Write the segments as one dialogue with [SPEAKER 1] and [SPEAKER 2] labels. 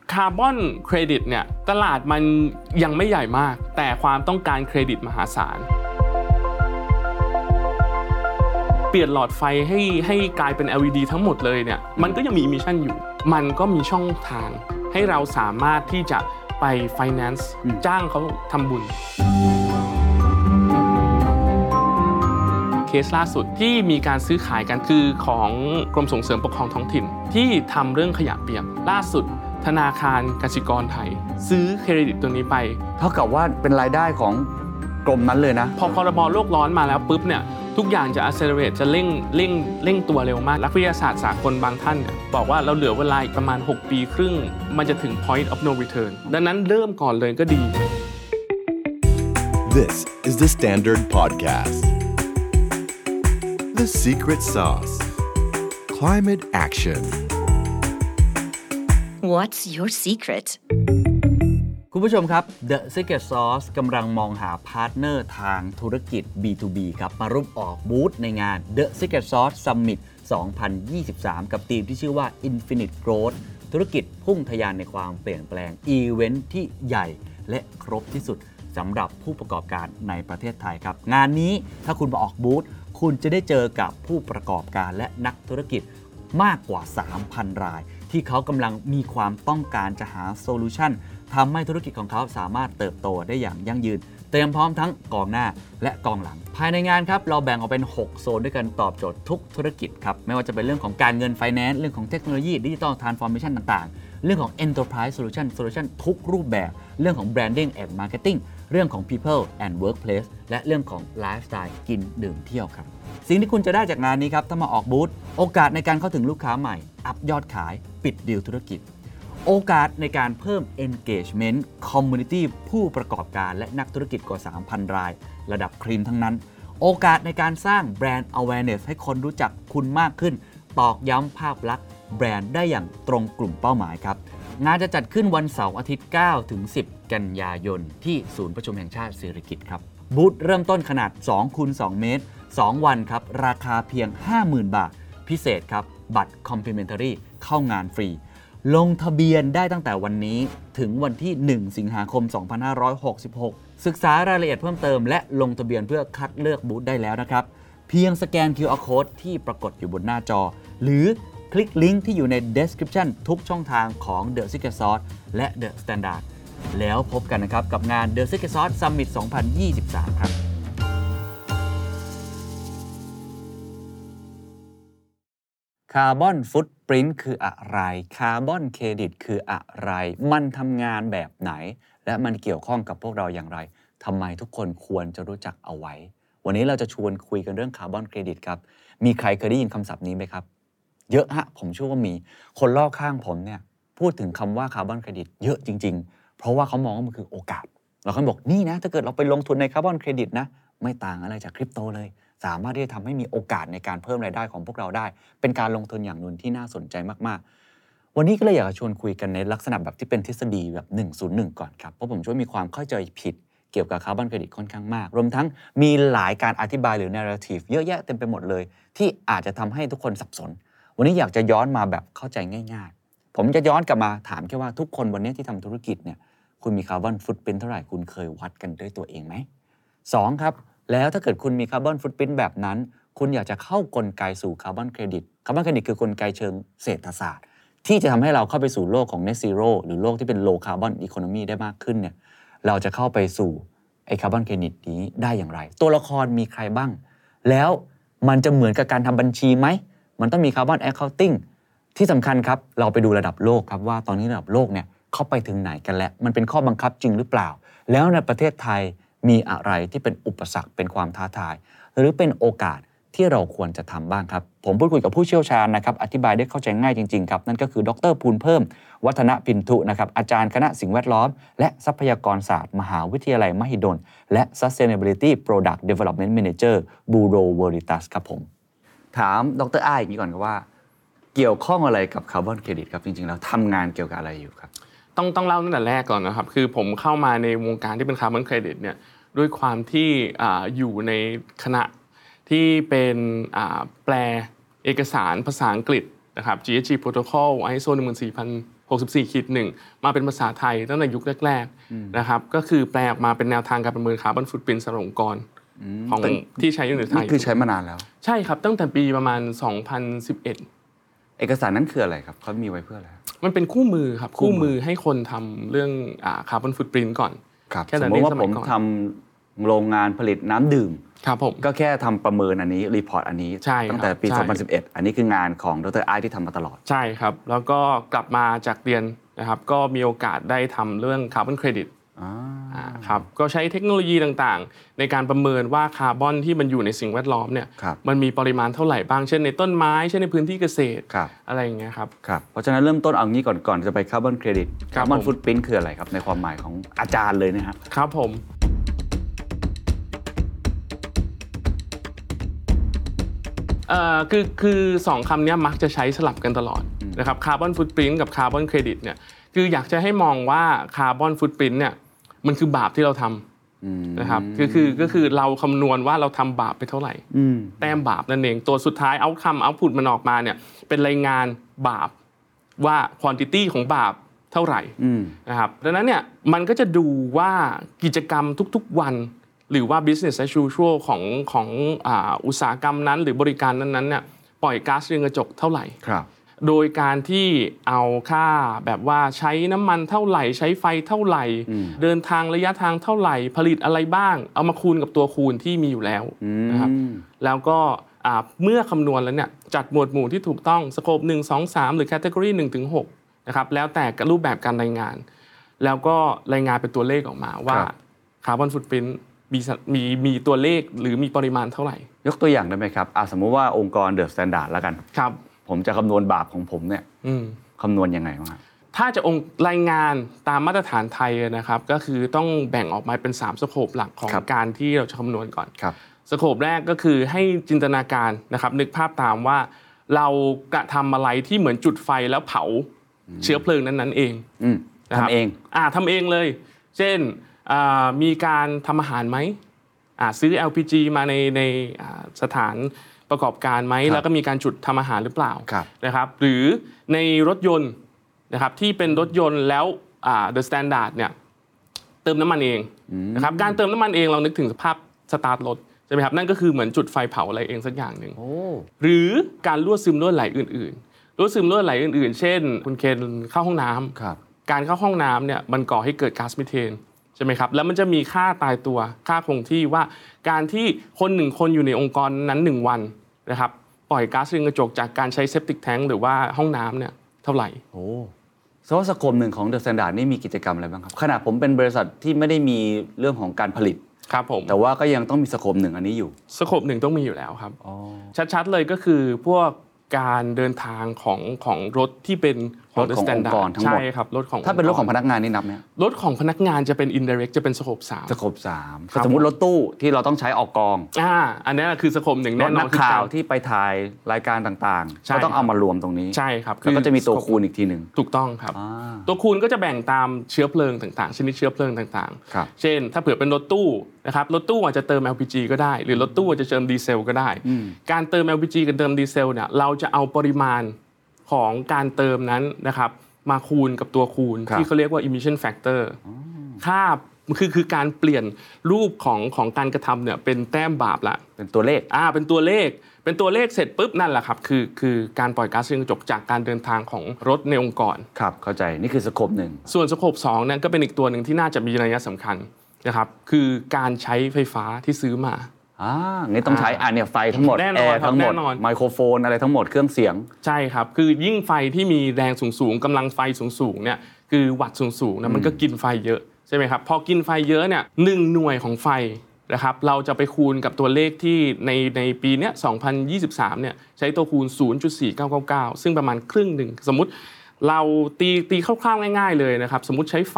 [SPEAKER 1] ร์บอนเครดิตเนี่ยตลาดมันยังไม่ใหญ่มาก แต่ความต้องการเครดิตมหาศาล เปลี่ยนหลอดไฟให้ให้กลายเป็น LED ทั้งหมดเลยเนี่ยมันก็ยังมีมิชชั่นอยู่ มันก็มีช่องทาง ให้เราสามารถที่จะไป finance จ้างเขาทำบุญ เคสล่าสุดที่มีการซื้อขายกันคือของกรมส่งเสริมปกครองท้องถิ่น ที่ทำเรื่องขยะเปียกล่าสุด ธนาคารกสิกรไทย ซื้อเครดิตตัวนี้ไป
[SPEAKER 2] เท่ากับว่าเป็นรายได้ของกรมนั้นเลยนะ
[SPEAKER 1] พอพรบโลกร้อนมาแล้วปุ๊บเนี่ยทุกอย่างจะ accelerate จะเร่งเร่งเร่งตัวเร็วมากนักวิทยาศาสตร์สากลบางท่านเนี่ยบอกว่าเราเหลือเวลาอีกประมาณ 6 ปีครึ่ง มันจะถึง point of no return ดังนั้นเริ่มก่อนเลยก็ดี
[SPEAKER 3] This is the Standard Podcast. The Secret Sauce Climate Action.
[SPEAKER 4] What's your secret?
[SPEAKER 2] คุณผู้ชมครับ The Secret Sauce กำลังมองหาพาร์ทเนอร์ทางธุรกิจ B2B ครับ มาร่วมออกบูธในงาน The Secret Sauce Summit 2023 กับทีมที่ชื่อว่า Infinite Growth ธุรกิจพุ่งทะยานในความเปลี่ยนแปลง อีเวนท์ที่ใหญ่และครบที่สุดสำหรับผู้ประกอบการในประเทศไทยครับ งานนี้ถ้าคุณมาออกบูธคุณจะได้เจอกับผู้ประกอบการและนักธุรกิจ มากกว่า 3,000 ราย ที่เขากำลังมีความต้องการจะหาโซลูชันทำให้ธุรกิจของเขาสามารถเติบโตได้อย่างยั่งยืน เตรียมพร้อมทั้งกองหน้าและกองหลัง ภายในงานครับ เราแบ่งออกเป็น 6 โซนด้วยกันตอบโจทย์ทุกธุรกิจครับ ไม่ว่าจะเป็นเรื่องของการเงินไฟแนนซ์เรื่องของเทคโนโลยีดิจิ t a ลทรานส์ฟอร์เมชันต่างๆ เรื่องของ Enterprise Solution Solution ทุกรูปแบบ เรื่องของ Branding and Marketing เรื่องของ People and Workplace และเรื่องของ Lifestyle กินดื่มเที่ยวครับ สิ่งที่คุณจะได้จากงานนี้ครับ ถ้ามาออกบูธโอกาสในการเข้าถึงลูกค้าใหม่ อัพยอดขาย ปิดดีลธุรกิจ โอกาสในการเพิ่ม engagement community ผู้ประกอบการและนักธุรกิจกว่า 3,000 ราย ระดับครีมทั้งนั้น โอกาสในการสร้างแบรนด์ awareness ให้คนรู้จักคุณมากขึ้น ตอกย้ำภาพลักษณ์แบรนด์ได้อย่างตรงกลุ่มเป้าหมายครับ งานจะจัดขึ้นวันเสาร์อาทิตย์ 9 ถึง 10 กันยายน ที่ศูนย์ประชุมแห่งชาติสิริกิติ์ครับ บูธเริ่มต้นขนาด2คูณ2เมตร 2 วันครับ ราคาเพียง 50,000 บาท พิเศษครับ บัตร complimentary เข้างานฟรี ลงทะเบียนได้ตั้งแต่วันนี้ถึงวันที่ 1 สิงหาคม 2566 ศึกษารายละเอียดเพิ่มเติมและลงทะเบียนเพื่อคัดเลือกบูธได้แล้วนะครับ เพียงสแกน QR Code ที่ปรากฏอยู่บนหน้าจอ หรือคลิกลิงก์ที่อยู่ใน Description ทุกช่องทางของ The Secret Sauce และ The Standard แล้วพบกันนะครับ กับงาน The Secret Sauce Summit 2023 ครับ คาร์บอนฟุตปริน t คืออะไร คาร์บอนเครดิตคืออะไร มันทำงานแบบไหน และมันเกี่ยวข้องกับพวกเราอย่างไรทำไมทุกคนควรจะรู้จักเอาไว้ วันนี้เราจะชวนคุยกันเรื่องคาร์บอนเครดิตครับ มีใครเคยได้ยินคำศัพท์นี้ไหมครับ เยอะฮะ ผมเชื่อว่ามี คนรอบข้างผมเนี่ยพูดถึงคำว่าคาร์บอนเครดิตเยอะจริง ๆ เพราะว่าเขามองว่ามันคือโอกาส เราเขาบอกนี่นะ ถ้าเกิดเราไปลงทุนในคาร์บอนเครดิตนะ ไม่ต่างอะไรจากคริปโตเลย สามารถที่จะทำให้มีโอกาสในการเพิ่มรายได้ของพวกเราได้ เป็นการลงทุนอย่างหนึ่งที่น่าสนใจมากๆ วันนี้ก็เลยอยากจะชวนคุยกันในลักษณะแบบที่เป็นทฤษฎีแบบ 101 ก่อนครับ เพราะผมช่วยมีความเข้าใจผิดเกี่ยวกับคาร์บอนเครดิตค่อนข้างมาก รวมทั้งมีหลายการอธิบายหรือ narrative เยอะแยะเต็มไปหมดเลย ที่อาจจะทำให้ทุกคนสับสน วันนี้อยากจะย้อนมาแบบเข้าใจง่าย ๆ ผมจะย้อนกลับมาถามแค่ว่าทุกคนวันนี้ที่ทำธุรกิจเนี่ยคุณมีคาร์บอนฟุตเป็นเท่าไหร่คุณเคยวัดกันด้วยตัวเองไหม สองครับ แล้วถ้าเกิดคุณมีคาร์บอนฟุตปรินต์แบบนั้น คุณอยากจะเข้ากลไกสู่คาร์บอนเครดิตคาร์บอนเครดิตคือกลไกเชิงเศรษฐศาสตร์ ที่จะทำให้เราเข้าไปสู่โลกของ Net Zero หรือโลกที่เป็น Low Carbon Economy ได้มากขึ้นเนี่ยเราจะเข้าไปสู่ไอคาร์บอนเครดิตนี้ได้อย่างไร ตัวละครมีใครบ้าง แล้วมันจะเหมือนกับการทำบัญชีไหม มันต้องมีคาร์บอนแอคเคาน์ติ้งที่สำคัญครับ เราไปดูระดับโลกครับว่าตอนนี้ระดับโลกเนี่ยเขาไปถึงไหนกันแล้ว มันเป็นข้อบังคับจริงหรือเปล่า แล้วในประเทศไทยมีอะไรที่เป็นอุปสรรคเป็นความท้าทาย หรือเป็นโอกาสที่เราควรจะทำบ้างครับ ผมพูดคุยกับผู้เชี่ยวชาญนะครับ อธิบายได้เข้าใจง่ายจริง ๆ ครับ นั่นก็คือดรภูลเพิ่ม วัฒนพินทุนะครับ อาจารย์คณะสิ่งแวดล้อม และทรัพยากรศาสตร์ มหาวิทยาลัยมหิดล และ Sustainability Product Development Manager Bureau Veritas ครับผม ถามดรอ้ายอย่างนี้ก่อนครับว่า เกี่ยวข้องอะไรกับคาร์บอนเครดิตครับ จริงๆ แล้วทำงานเกี่ยวกับอะไรอยู่ครับ
[SPEAKER 1] ต้องต้องเล่าตั้งแต่แรกก่อนนะครับ คือผมเข้ามาในวงการที่เป็นคาร์บอนเครดิตเนี่ยด้วยความที่อ่าอยู่ในคณะที่เป็นอ่าแปลเอกสารภาษาอังกฤษนะครับ GHG Protocol ISO 64ขีดหนึ่งมาเป็นภาษาไทยตั้งแต่ยุคแรกๆนะครับก็คือแปลออกมาเป็นแนวทางการประเมินคาร์บอนฟุตปรินท์สำหรับองค์กรของที่ใช้อยู่ในไท
[SPEAKER 2] นี่
[SPEAKER 1] ย
[SPEAKER 2] คือใช้มานานแล้ว
[SPEAKER 1] ใช่ครับ ตั้งแต่ปีประมาณ 2011
[SPEAKER 2] เอกสารนั้นคืออะไรครับเขามีไว้เพื่ออะไรครับ
[SPEAKER 1] มันเป็นคู่มือครับ
[SPEAKER 2] คู่
[SPEAKER 1] คู่
[SPEAKER 2] มือ
[SPEAKER 1] มือให้คนทำเรื่องคาร์บอนฟุตปรินก่อน
[SPEAKER 2] ครับ
[SPEAKER 1] แค่
[SPEAKER 2] ส
[SPEAKER 1] นั้
[SPEAKER 2] ม
[SPEAKER 1] น
[SPEAKER 2] มติว่า
[SPEAKER 1] เองส
[SPEAKER 2] ผ
[SPEAKER 1] มั
[SPEAKER 2] ม
[SPEAKER 1] ยก่อน
[SPEAKER 2] ทำโรงงานผลิตน้ำดื่ม
[SPEAKER 1] ครับผม
[SPEAKER 2] ก็แค่ทำประเมินอันนี้ รีพอร์ตอันนี้
[SPEAKER 1] ใช่ครับ
[SPEAKER 2] ตั้งแต่ปี
[SPEAKER 1] ใช่
[SPEAKER 2] 2011 อันนี้คืองานของดรไอที่ทำมาตลอด
[SPEAKER 1] ใช่ครับ แล้วก็กลับมาจากเรียนนะครับ ก็มีโอกาสได้ทำเรื่องคาร์บอนเครดิตครับก็ใช้เทคโนโลยีต่างๆ ในการประเมินว่าคาร์บอนที่มันอยู่ในสิ่งแวดล้อมเนี่ย
[SPEAKER 2] ครับ
[SPEAKER 1] มันมีปริมาณเท่าไหร่บ้าง เช่นในต้นไม้ เช่นในพื้นที่เกษตร
[SPEAKER 2] ครับ
[SPEAKER 1] อะไรอย่างเงี้ยครับ
[SPEAKER 2] ครับ เพราะฉะนั้นเริ่มต้นเอางี้ก่อนก่อนจะไปคาร์บอนเครดิต
[SPEAKER 1] ครับ
[SPEAKER 2] คาร์บอน
[SPEAKER 1] ผม
[SPEAKER 2] ฟุตปรินคืออะไรครับ ในความหมายของอาจารย์เลยนะฮะ
[SPEAKER 1] ครับผม เอ่อคือคือสองคำเนี้ยมักจะใช้สลับกันตลอดนะครับคาร์บอนฟุตปรินกับคาร์บอนเครดิตเนี่ยคืออยากจะให้มองว่าคาร์บอนฟุตปรินเนี่ยมันคือบาปที่เราทำนะครับคือคือก็คือเราคำนวณว่าเราทำบาปไปเท่าไหร่ แต้มบาปนั่นเอง ตัวสุดท้ายเอาคำเอาพุดมันออกมาเนี่ยเป็นรายงานบาปว่าควอนติตี้ของบาปเท่าไหร่
[SPEAKER 2] อืม
[SPEAKER 1] นะครับดังนั้นเนี่ยมันก็จะดูว่ากิจกรรมทุกๆวัน หรือว่า business as usual ของของอาอุตสาหกรรมนั้นหรือบริการนั้นๆเนี่ยปล่อยก๊าซเรือนกระจกเท่าไหร่
[SPEAKER 2] ครับ
[SPEAKER 1] โดยการที่เอาค่าแบบว่าใช้น้ำมันเท่าไหร่ ใช้ไฟเท่าไหร่ เดินทางระยะทางเท่าไหร่ ผลิตอะไรบ้าง เอามาคูณกับตัวคูณที่มีอยู่แล้วนะครับแล้วก็อ่าเมื่อคำนวณแล้วเนี่ยจัดหมวดหมู่ที่ถูกต้องสโคป1 2 3 หรือแคตตากรี1 6นะครับแล้วแต่รูปแบบการรายงาน แล้วก็รายงานเป็นตัวเลขออกมาว่า
[SPEAKER 2] ครับ
[SPEAKER 1] คาร์บอนฟุตปรินต์มีสัดมีมีตัวเลขหรือมีปริมาณเท่าไหร่
[SPEAKER 2] ยกตัวอย่างได้ไหมครับอ่ะสมมุติว่าองค์กรเดอะสแตนดาร์ดแล้วกัน
[SPEAKER 1] ครับ
[SPEAKER 2] ผมจะคำนวณบาปของผมเนี่ย
[SPEAKER 1] อืม
[SPEAKER 2] คำนวณยังไงบ้างครับ
[SPEAKER 1] ถ้าจะองค์รายงานตามมาตรฐานไทยนะครับก็คือต้องแบ่งออกมาเป็น 3 สโคปหลักของ
[SPEAKER 2] ครับ
[SPEAKER 1] การที่เราจะคำนวณก่อน
[SPEAKER 2] ครับ
[SPEAKER 1] สโคปแรกก็คือให้จินตนาการนะครับนึกภาพตามว่าเรากระทำอะไรที่เหมือนจุดไฟแล้วเผาเชื้อเพลิงนั้นๆเอง
[SPEAKER 2] อืม
[SPEAKER 1] นะครับ
[SPEAKER 2] ทำเอง
[SPEAKER 1] อ่าทำเองเลย เช่นอ่ามีการทำอาหารไหมอ่าซื้อ LPG มาในในอ่าสถานประกอบการไหมแล้วก็มีการจุดทำอาหารหรือเปล่า
[SPEAKER 2] ครับ
[SPEAKER 1] นะครับหรือในรถยนต์นะครับที่เป็นรถยนต์แล้วอ่า The Standard เนี่ยเติมน้ำมันเองนะครับการเติมน้ำมันเองเรานึกถึงสภาพสตาร์ทรถใช่ไหมครับนั่นก็คือเหมือนจุดไฟเผาอะไรเองสักอย่างหนึ่ง หรือการรั่วซึมรั่วไหลอื่นๆรั่วซึมรั่วไหลอื่นๆ เช่น คุณเคนเข้าห้องน้ำ
[SPEAKER 2] ครับ
[SPEAKER 1] การเข้าห้องน้ำเนี่ยมันก่อให้เกิดก๊าซมีเทนใช่ไหมครับแล้วมันจะมีค่าตายตัวค่าคงที่ว่าการที่คนหนึ่งคนอยู่ในองค์กรนั้นหนึ่งวันนะครับปล่อยก๊าซเรือนกระจกจากการใช้เซปติกแทงหรือว่าห้องน้ำเนี่ยเท่าไหร่
[SPEAKER 2] โอ้สวัสคมหนึ่งของเดอะสแตนดาร์ดนี่มีกิจกรรมอะไรบ้างครับ ขณะผมเป็นบริษัทที่ไม่ได้มีเรื่องของการผลิต
[SPEAKER 1] ครับผม
[SPEAKER 2] แต่ว่าก็ยังต้องมีสโคมหนึ่งอันนี้อยู่
[SPEAKER 1] สโคปหนึ่งต้องมีอยู่แล้วครับ ชัดๆเลยก็คือพวกการเดินทางของของรถที่เป็น
[SPEAKER 2] รถของ
[SPEAKER 1] The
[SPEAKER 2] องค์กร
[SPEAKER 1] Standard
[SPEAKER 2] ทั้งหมด
[SPEAKER 1] ใช่ครับรถของ
[SPEAKER 2] ถ้าเป็นรถของ
[SPEAKER 1] ค์ก
[SPEAKER 2] พนักงานนี่นับไหม
[SPEAKER 1] รถของพนักงานจะเป็น indirect จะเป็นสโคปสาม
[SPEAKER 2] สโคมสาม
[SPEAKER 1] ครับ
[SPEAKER 2] สมมติรถตู้ที่เราต้องใช้ออกกอง
[SPEAKER 1] อ่าอันนี้คือสโคปหนึ่ง
[SPEAKER 2] ร
[SPEAKER 1] แน่
[SPEAKER 2] ถ
[SPEAKER 1] นอ
[SPEAKER 2] นั
[SPEAKER 1] น
[SPEAKER 2] ก
[SPEAKER 1] คื
[SPEAKER 2] ข่าก
[SPEAKER 1] อาว ร
[SPEAKER 2] ที่ไปถ่ายรายการต่างๆ
[SPEAKER 1] ใช่
[SPEAKER 2] ก็ต้องเอามารวมตรงนี้
[SPEAKER 1] ใช่ครับ
[SPEAKER 2] แล้วก็จะมีตัวคูณอีกทีหนึ่ง
[SPEAKER 1] ถูกต้องครับ
[SPEAKER 2] อ่า
[SPEAKER 1] ตัวคูณก็จะแบ่งตามเชื้อเพลิงต่างๆ ชนิดเชื้อเพลิงต่าง
[SPEAKER 2] ครับ
[SPEAKER 1] ๆ เช่น ถ้าเผื่อเป็นรถตู้นะครับรถตู้อาจจะเติม LPG ก็ได้ หรือรถตู้อาจจะเติมดีเซลก็ได้ การเติม LPG กับเติมดีเซลเนี่ยเราจะเอาปริมาณของการเติมนั้นนะครับมาคูณกับตัวคูณ ที่เขาเรียกว่า emission factor ค่าคือคือการเปลี่ยนรูปของของการกระทำเนี่ยเป็นแต้มบาปละ
[SPEAKER 2] เป็นตัวเลข
[SPEAKER 1] อ่าเป็นตัวเลขเป็นตัวเลขเสร็จปุ๊บนั่นแหละครับคือคือการปล่อยก๊าซเรือนกระจกจากการเดินทางของรถในองค์กร
[SPEAKER 2] ครับ เข้าใจ นี่คือสโคปหนึ่ง
[SPEAKER 1] ส่วนสโคป2เนี่ยก็เป็นอีกตัวหนึ่งที่น่าจะมีระยะสำคัญนะครับคือการใช้ไฟฟ้าที่ซื้อมา
[SPEAKER 2] อ่างี้ต้องใช้
[SPEAKER 1] อ่า
[SPEAKER 2] อ่าเนี่ยไฟทั้งหมด
[SPEAKER 1] แน่นอน
[SPEAKER 2] แอร์ทั้งหมด
[SPEAKER 1] ครับแน่นอน
[SPEAKER 2] ไมโครโฟนอะไรทั้งหมด เครื่องเสียง
[SPEAKER 1] ใช่ครับ คือยิ่งไฟที่มีแรงสูงๆกำลังไฟสูงๆเนี่ยคือวัตต์สูงๆนะมันก็กินไฟเยอะใช่ไหมครับพอกินไฟเยอะเนี่ยหนึ่งหน่วยของไฟนะครับเราจะไปคูณกับตัวเลขที่ในในปีเนี้ย2023เนี่ยใช้ตัวคูณ 0.4999 ซึ่งประมาณครึ่งหนึ่ง สมมติเราตีตีคร่าวๆง่ายๆเลยนะครับ สมมติใช้ไฟ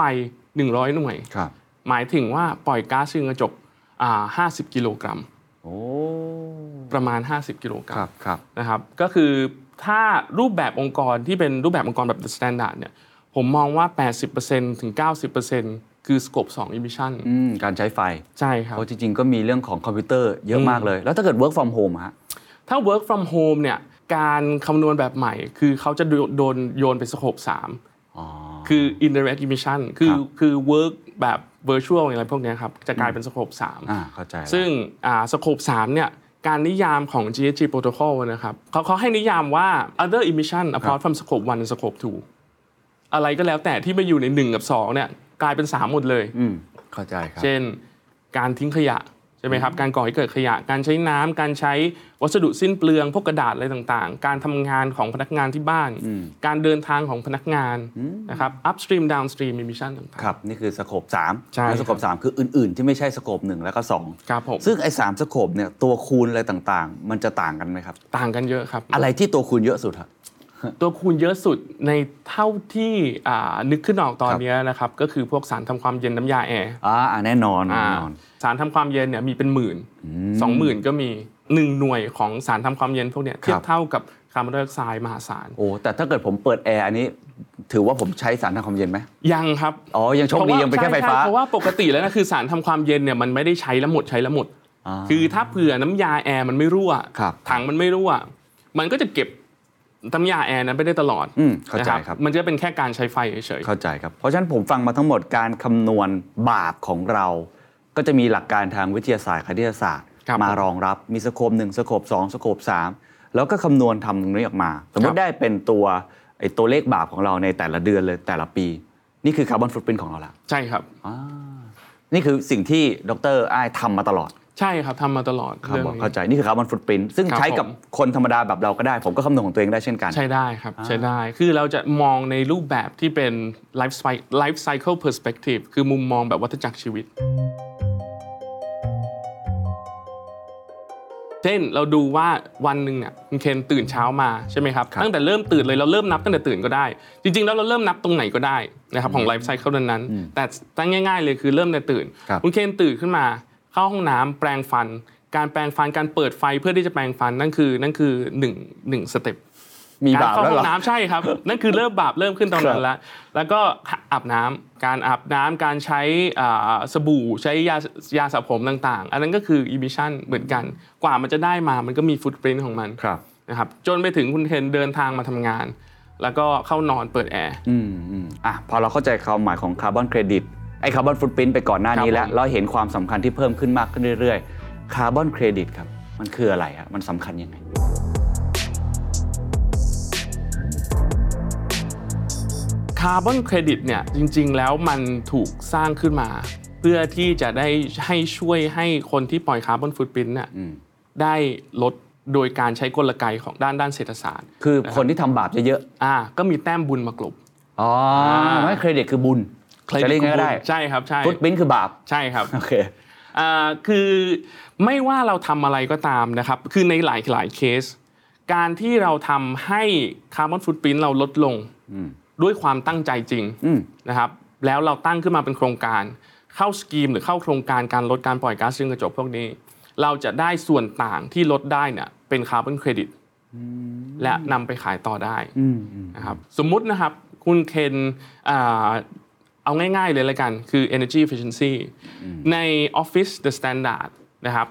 [SPEAKER 1] 100 หน่วย
[SPEAKER 2] ครับ
[SPEAKER 1] หมายถึงว่าปล่อยก๊าซเรือนกระจกอ่า50 กิโลกรัม
[SPEAKER 2] โอ้
[SPEAKER 1] ประมาณ 50 กิโลกรั
[SPEAKER 2] ค
[SPEAKER 1] ม
[SPEAKER 2] รับ ครับ
[SPEAKER 1] นะครับก็คือถ้ารูปแบบองค์กรที่เป็นรูปแบบองค์กรแบบ The Standard เนี่ยผมมองว่า 80%ถึง 90%คือ Scope 2 Emission
[SPEAKER 2] อืม การใช้ไฟ
[SPEAKER 1] ใช่ครับ
[SPEAKER 2] เพราะจริง ๆ ก็มีเรื่องของคอมพิวเตอร์เยอะมากเลย แล้วถ้าเกิด work from home ฮะ
[SPEAKER 1] ถ้า work from home เนี่ยการคำนวณแบบใหม่ คือเขาจะโดนโยนไป Scope 3
[SPEAKER 2] อ๋อ
[SPEAKER 1] คือ indirect emission คือ
[SPEAKER 2] ครับ
[SPEAKER 1] คือ work แบบ virtual อะไรพวกเนี้ยครับ จะกลายเป็นสโคป
[SPEAKER 2] อ่า
[SPEAKER 1] 3
[SPEAKER 2] เข้าใจละ
[SPEAKER 1] ซึ่งสโคป3เนี่ยการนิยามของ GHG protocol นะครับเขาเขาให้นิยามว่า other emission apart from scope 1 and scope 2 อะไรก็แล้วแต่ที่ไปอยู่ใน 1 กับ 2 เนี่ยกลายเป็น 3 หมดเลย
[SPEAKER 2] อืมเข้าใจครับ
[SPEAKER 1] เช่นการทิ้งขยะใช่ไหมครับการก่อให้เกิดขยะ การใช้น้ำการใช้วัสดุสิ้นเปลืองพวกกระดาษอะไรต่างๆ การทำงานของพนักงานที่บ้าน การเดินทางของพนักงานนะครับ upstream downstream emission ต่าง
[SPEAKER 2] ครับ นี่คือสโคป3
[SPEAKER 1] ใช่
[SPEAKER 2] แล้วสโคป3คืออื่น ๆ ที่ไม่ใช่สโคป1แล้วก็ 2
[SPEAKER 1] ครับผม
[SPEAKER 2] ซึ่งไอ้สามสโคปเนี่ยตัวคูณอะไรต่างๆ มันจะต่างกันไหมครับ
[SPEAKER 1] ๆ ต่างกันเยอะครับ
[SPEAKER 2] อะไรที่ตัวคูณเยอะสุดครับ
[SPEAKER 1] ตัวคูณเยอะสุดในเท่าที่อ่านึกขึ้นออกตอน
[SPEAKER 2] ครับ
[SPEAKER 1] เนี้ยนะครับก็คือพวกสารทำความเย็นน้ำยาแอร์
[SPEAKER 2] อ่าอ่าแน่นอนแน่นอน
[SPEAKER 1] สารทำความเย็นเนี่ยมีเป็นหมื่นสองหมื่นก็มีหนึ่งหน่วยของสารทำความเย็นพวกเนี้ยเทีย
[SPEAKER 2] ครับ บ
[SPEAKER 1] เท่ากับคาร์บอนไดออกไซด์มหาศาล
[SPEAKER 2] โอ้แต่ถ้าเกิดผมเปิดแอร์อันนี้ ถือว่าผมใช้สารทำความเย็นไหม
[SPEAKER 1] ยังครับ
[SPEAKER 2] อ๋อยังโชคดี
[SPEAKER 1] พราะว่า
[SPEAKER 2] ยังเป็นแค่ไฟ
[SPEAKER 1] ใช่
[SPEAKER 2] ฟ้า
[SPEAKER 1] ใช่เพราะว่าปกติแล้วนะคือสารทำความเย็นเนี่ยมันไม่ได้ใช้แล้วหมดใช้แล้วหมด
[SPEAKER 2] อ่า
[SPEAKER 1] คือถ้าเผื่อน้ำยาแอร์มันไม่รั่ว
[SPEAKER 2] ครับ
[SPEAKER 1] ถังมันไม่รั่ว มันก็จะเก็บน้ำยาแอร์นั้นไปได้ตลอด
[SPEAKER 2] อืมเข้าใจ
[SPEAKER 1] นะครับ มันจะเป็นแค่การใช้ไฟเฉยๆ
[SPEAKER 2] เข้าใจครับ เพราะฉะนั้นผมฟังมาทั้งหมดการคำนวณบาปของเรา ก็จะมีหลักการทางวิทยาศาสตร์คณิตศาสตร์
[SPEAKER 1] ครับ
[SPEAKER 2] มารองรับมีสโคป1สโคป2สโคป3แล้วก็คำนวณทำตรงนี้ออกมา สมม
[SPEAKER 1] ครั
[SPEAKER 2] ติ
[SPEAKER 1] บ
[SPEAKER 2] ได้เป็นตัวไอ้ตัวเลขบาปของเราในแต่ละเดือนเลยแต่ละปี นี่คือคาร์บอนฟุตปรินของเราละ
[SPEAKER 1] ใช่ครับ
[SPEAKER 2] อ่านี่คือสิ่งที่ดรอ้ายทำมาตลอด
[SPEAKER 1] ใช่ครับทำมาตลอด
[SPEAKER 2] ครับ
[SPEAKER 1] เรื่อง
[SPEAKER 2] ผม
[SPEAKER 1] นี้
[SPEAKER 2] เข้าใจนี่คือคาร์บอนฟุตปรินซึ่ง
[SPEAKER 1] ครับ
[SPEAKER 2] ใช้กับ
[SPEAKER 1] ผม
[SPEAKER 2] คนธรรมดาแบบเราก็ได้ ผมก็คำนวณของตัวเองได้เช่นกัน
[SPEAKER 1] ใช้ได้ครับ ใช้ได้คือเราจะมองในรูปแบบที่เป็น life cycle life cycle perspective คือมุมมองแบบวัฏจักรชีวิต เช่นเราดูว่าวันหนึ่งเนี่ยคุณเคนตื่นเช้ามาใช่ไหมครับ ตั้งแต่เริ่มตื่นเลยเราเริ่มนับตั้งแต่ตื่นก็ได้ จริงๆ แล้วเราเริ่มนับตรงไหนก็ได้นะครับของไลฟ์ไซเคิลนั้นๆแต่ตั้งง่าย ๆ เลยคือเริ่มแต่ตื่น
[SPEAKER 2] ครับ
[SPEAKER 1] ณเคนตื่นขึ้นมาเข้าห้องน้ำแปรงฟัน การแปรงฟันการเปิดไฟเพื่อที่จะแปรงฟันนั่นคือนั่นคือหนึ่งหนึ่งสเต็ป
[SPEAKER 2] มี
[SPEAKER 1] การ
[SPEAKER 2] บาป
[SPEAKER 1] เข้าห้อ
[SPEAKER 2] แล้วเหรอ
[SPEAKER 1] งน้ำใช่ครับ นั่นคือเริ่มบาปเริ่มขึ้นตอนนั้
[SPEAKER 2] ครั
[SPEAKER 1] น
[SPEAKER 2] บ
[SPEAKER 1] แล้ว แล้วก็อาบน้ำการอาบน้ำการใช้อ่าสบู่ใช้ยายาสระผมต่างๆ อันนั้นก็คืออิมิชันเหมือนกัน กว่ามันจะได้มามันก็มีฟุตปรินของมัน
[SPEAKER 2] ครับ
[SPEAKER 1] นะครับจนไปถึงคุณเทนเดินทางมาทำงาน แล้วก็เข้านอนเปิดแอร์
[SPEAKER 2] อืมอืมอ่ะพอเราเข้าใจความหมายของคาร์บอนเครดิตไอคาร์บอนฟุตปรินไปก่อนหน้านี้
[SPEAKER 1] ครับผม
[SPEAKER 2] แล้ว เราเห็นความสำคัญที่เพิ่มขึ้นมากขึ้นเรื่อยๆคาร์บอนเครดิตครับ มันคืออะไรฮะมันสำคัญยังไง
[SPEAKER 1] คาร์บอนเครดิตเนี่ยจริงๆ แล้วมันถูกสร้างขึ้นมา เพื่อที่จะได้ให้ช่วยให้คนที่ปล่อยคาร์บอนฟุตปรินเนี่ยได้ลดโดยการใช้กลไกของด้านด้านเศรษฐศาสตร์
[SPEAKER 2] คือคนที่ทำบาปเยอะ
[SPEAKER 1] อ่าก็มีแต้มบุญมากลบ
[SPEAKER 2] ๆอ๋อไม่เครดิตคือบุญ
[SPEAKER 1] เครดิต
[SPEAKER 2] จะเรียก
[SPEAKER 1] คือบุญ
[SPEAKER 2] ง่ายๆก็ได้
[SPEAKER 1] ใช่ครับใช่
[SPEAKER 2] ฟุตปรินคือบาป
[SPEAKER 1] ใช่ครับ
[SPEAKER 2] โอเค
[SPEAKER 1] อ่าคือไม่ว่าเราทำอะไรก็ตามนะครับ คือในหลายหลายเคส การที่เราทำให้คาร์บอนฟุตปรินเราลดลงด้วยความตั้งใจจริงนะครับ แล้วเราตั้งขึ้นมาเป็นโครงการ เข้าสกีมหรือเข้าโครงการการลดการปล่อยก๊าซเรือนกระจกพวกนี้ เราจะได้ส่วนต่างที่ลดได้เนี่ยเป็นคาร์บอนเครดิต และนำไปขายต่อได้นะครับสมมุตินะครับคุณเคนอ่าเอาง่ายๆเลยละกันคือ energy efficiency ใน Office the Standard นะครับ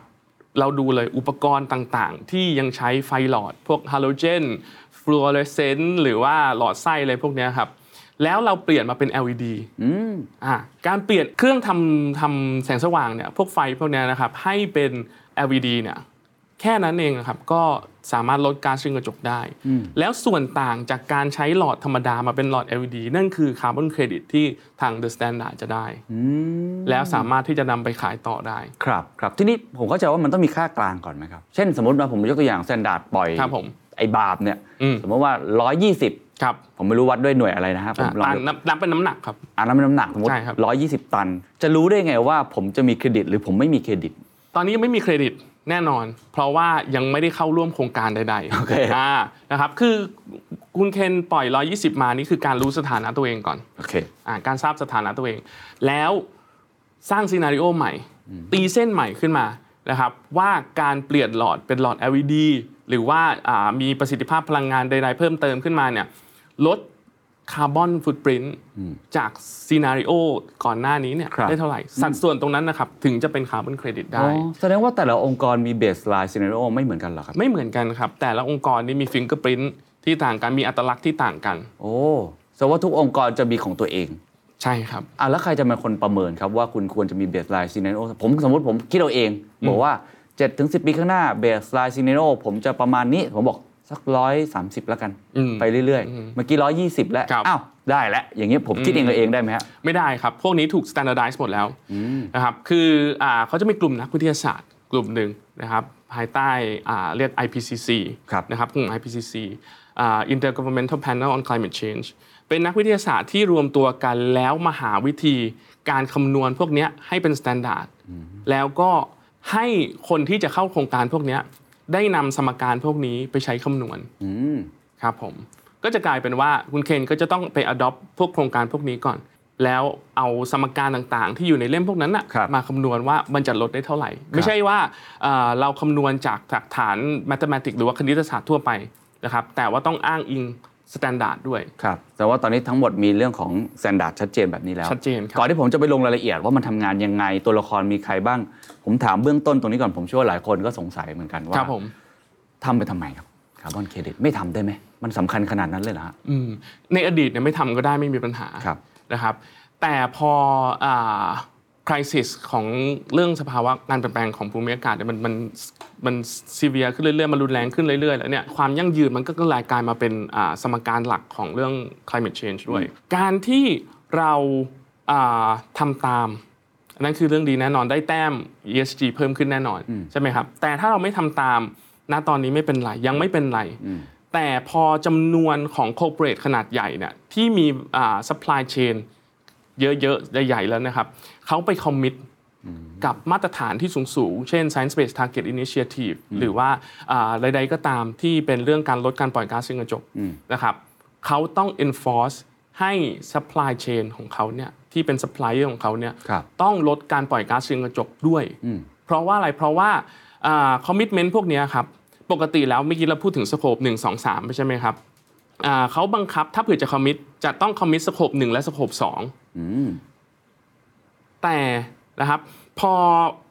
[SPEAKER 1] เราดูเลยอุปกรณ์ต่างๆ ที่ยังใช้ไฟหลอด พวกฮาโลเจนฟลูออเรสเซนต์หรือว่าหลอดไส้อะไรพวกเนี้ยครับแล้วเราเปลี่ยนมาเป็น LED อ่าการเปลี่ยนเครื่องทำทำแสงสว่างเนี่ยพวกไฟพวกเนี้ยนะครับให้เป็น LED เนี่ย แค่นั้นเองนะครับ ก็สามารถลดก๊าซเรือนกระจกได้ แล้วส่วนต่างจากการใช้หลอดธรรมดามาเป็นหลอด LED นั่นคือคาร์บอนเครดิตที่ทาง The Standard จะได้ แล้วสามารถที่จะนำไปขายต่อได้
[SPEAKER 2] ครับครับทีนี้ผมเข้าใจว่ามันต้องมีค่ากลางก่อนไหมครับ เช่นสมมติว่าผมยกตัวอย่างสแตนดาร์ดปล่อย
[SPEAKER 1] ครับผม
[SPEAKER 2] ไอบาปเนี่ย
[SPEAKER 1] อืม
[SPEAKER 2] สมมติว่า 120
[SPEAKER 1] ครับ
[SPEAKER 2] ผมไม่รู้วัดด้วยหน่วยอะไรนะฮะผม
[SPEAKER 1] อ่ะ
[SPEAKER 2] ลอง
[SPEAKER 1] อ่ะ
[SPEAKER 2] ดู
[SPEAKER 1] นับนับเป็นน้ำหนักครับ
[SPEAKER 2] อันนั้นเป็นน้ำหนักสมมติ
[SPEAKER 1] ใช่ครับ
[SPEAKER 2] ร้อยยี่สิบตัน จะรู้ได้ไงว่าผมจะมีเครดิตหรือผมไม่มีเครดิต
[SPEAKER 1] ตอนนี้ยังไม่มีเครดิตแน่นอน เพราะว่ายังไม่ได้เข้าร่วมโครงการใดๆ
[SPEAKER 2] โอเค
[SPEAKER 1] อ่านะครับคือคุณเคนปล่อย 120 มานี่คือการรู้สถานะตัวเองก่อน
[SPEAKER 2] โอเค
[SPEAKER 1] อ่าการทราบสถานะตัวเอง แล้วสร้างซีนารีโอใหม่ ตีเส้นใหม่ขึ้นมานะครับว่าการเปลี่ยนหลอดเป็นหลอด LED หรือว่าอ่ามีประสิทธิภาพพลังงานใด ๆ เพิ่มเติมขึ้นมาเนี่ยลดคาร์บอนฟุตปรินต์จากซีนารีโอก่อนหน้านี้เนี่ย
[SPEAKER 2] ครับ
[SPEAKER 1] ได้เท่าไหร่ สัดส่วนตรงนั้นนะครับ ถึงจะเป็นคาร์บอนเครดิต
[SPEAKER 2] อ๋
[SPEAKER 1] ได้
[SPEAKER 2] อแสดงว่าแต่ละองค์กรมีเบสไลน์ซีเนโรไม่เหมือนกันเหรอครับ
[SPEAKER 1] ไม่เหมือนกันครับ แต่ละองค์กรนี่มีฟิงเกอร์ปรินที่ต่างกันมีอัตลักษณ์ที่ต่างกัน
[SPEAKER 2] โอ้ แต่ว่าทุกองค์กรจะมีของตัวเอง
[SPEAKER 1] ใช่ครับ
[SPEAKER 2] อ่ะแล้วใครจะเป็นคนประเมินครับว่าคุณควรจะมีเบสไลน์ซีเนโอผมสมมติผมคิดเอาเอง บอกว่า7จ็ถึงสิปีข้างหน้าเบสไลน์ซีเนโอผมจะประมาณนี้ ผมบอกสักร้อยสามสิบแล้วกัน
[SPEAKER 1] อืม
[SPEAKER 2] ไปเรื่อย ๆ เมื่อกี้ร้อยยี่สิบแล้ว
[SPEAKER 1] ครับ
[SPEAKER 2] อ้าว ได้แล้ว อย่างเงี้ยผมคิดเองเอาเองได้ไหมฮะ
[SPEAKER 1] ไม่ได้ครับ พวกนี้ถูก standardize หมดแล้วนะครับ คืออ่าเขาจะมีกลุ่มนักวิทยาศาสตร์กลุ่มหนึ่งนะครับ ภายใต้อ่าเรียก IPCC
[SPEAKER 2] ครับ
[SPEAKER 1] นะครับกลุ่ม IPCC อ่า Intergovernmental Panel on Climate Change เป็นนักวิทยาศาสตร์ที่รวมตัวกันแล้วมาหาวิธีการคำนวณพวกเนี้ยให้เป็น standard แล้วก็ให้คนที่จะเข้าโครงการพวกเนี้ยได้นำสมการพวกนี้ไปใช้คำนวณ ครับผมก็จะกลายเป็นว่าคุณเคนก็จะต้องไป adopt พวกโครงการพวกนี้ก่อน แล้วเอาสมการต่างๆ ที่อยู่ในเล่มพวกนั้นน่ะ
[SPEAKER 2] ครับ
[SPEAKER 1] มาคำนวณว่ามันจะลดได้เท่าไหร่ ไม่ใช่ว่าเอ่อเราคำนวณจากหลักฐาน mathematics หรือว่าคณิตศาสตร์ทั่วไปนะครับแต่ว่าต้องอ้างอิง standard ด้วย
[SPEAKER 2] ครับ แต่ว่าตอนนี้ทั้งหมดมีเรื่องของสแตนดาร์ดชัดเจนแบบนี้แล้ว
[SPEAKER 1] ชัดเจนครับ
[SPEAKER 2] ก่อนที่ผมจะไปลงรายละเอียดว่ามันทำงานยังไง ตัวละครมีใครบ้าง ผมถามเบื้องต้นตรงนี้ก่อน ผมเชื่อว่าหลายคนก็สงสัยเหมือนกันว่า
[SPEAKER 1] ครับผม
[SPEAKER 2] ทำไปทำไมครับคาร์บอนเครดิตไม่ทำได้ไหม มันสำคัญขนาดนั้นเลยเหรอฮะ
[SPEAKER 1] อืมในอดีตเนี่ยไม่ทำก็ได้ไม่มีปัญหา
[SPEAKER 2] ครับ
[SPEAKER 1] นะครับ แต่พออ่า crisis ของเรื่องสภาวะการเปลี่ยนแปลงของภูมิอากาศเนี่ยมันมันมันซีเวียขึ้นเรื่อยๆ มันรุนแรงขึ้นเรื่อยๆ แล้วเนี่ยความยั่งยืนมันก็กลายกลายมาเป็นอ่าสมการหลักของเรื่อง climate change ด้วย การที่เราอ่าทำตาม อันนั้นคือเรื่องดีแน่นอนได้แต้ม ESG เพิ่มขึ้นแน่นอนใช่ไหมครับ แต่ถ้าเราไม่ทำตาม ณตอนนี้ไม่เป็นไร ยังไม่เป็นไร แต่พอจำนวนของ corporate ขนาดใหญ่เนี่ยที่มีอ่า supply chain เยอะๆ ใหญ่ๆ แล้วนะครับ เขาไปคอมมิตกับมาตรฐานที่สูง ๆ เช่น Science Based Target Initiative หรือว่าอ่าใดๆก็ตามที่เป็นเรื่องการลดการปล่อยก๊าซเรือนกระจกนะครับเขาต้อง enforce ให้ supply chain ของเขาเนี่ยที่เป็น supplier ของเขาเนี่ย
[SPEAKER 2] ครับ
[SPEAKER 1] ต้องลดการปล่อยก๊าซเรือนกระจกด้วย เพราะว่าอะไรเพราะว่าคอมมิตเมนต์พวกเนี้ยครับ ปกติแล้วเมื่อกี้เราพูดถึงสโคป1 2 3ไปใช่ไหมครับอ่าเขาบังคับถ้าเผื่อจะคอมมิตจะต้องคอมมิตสโคป1และสโคป2 แต่นะครับพอ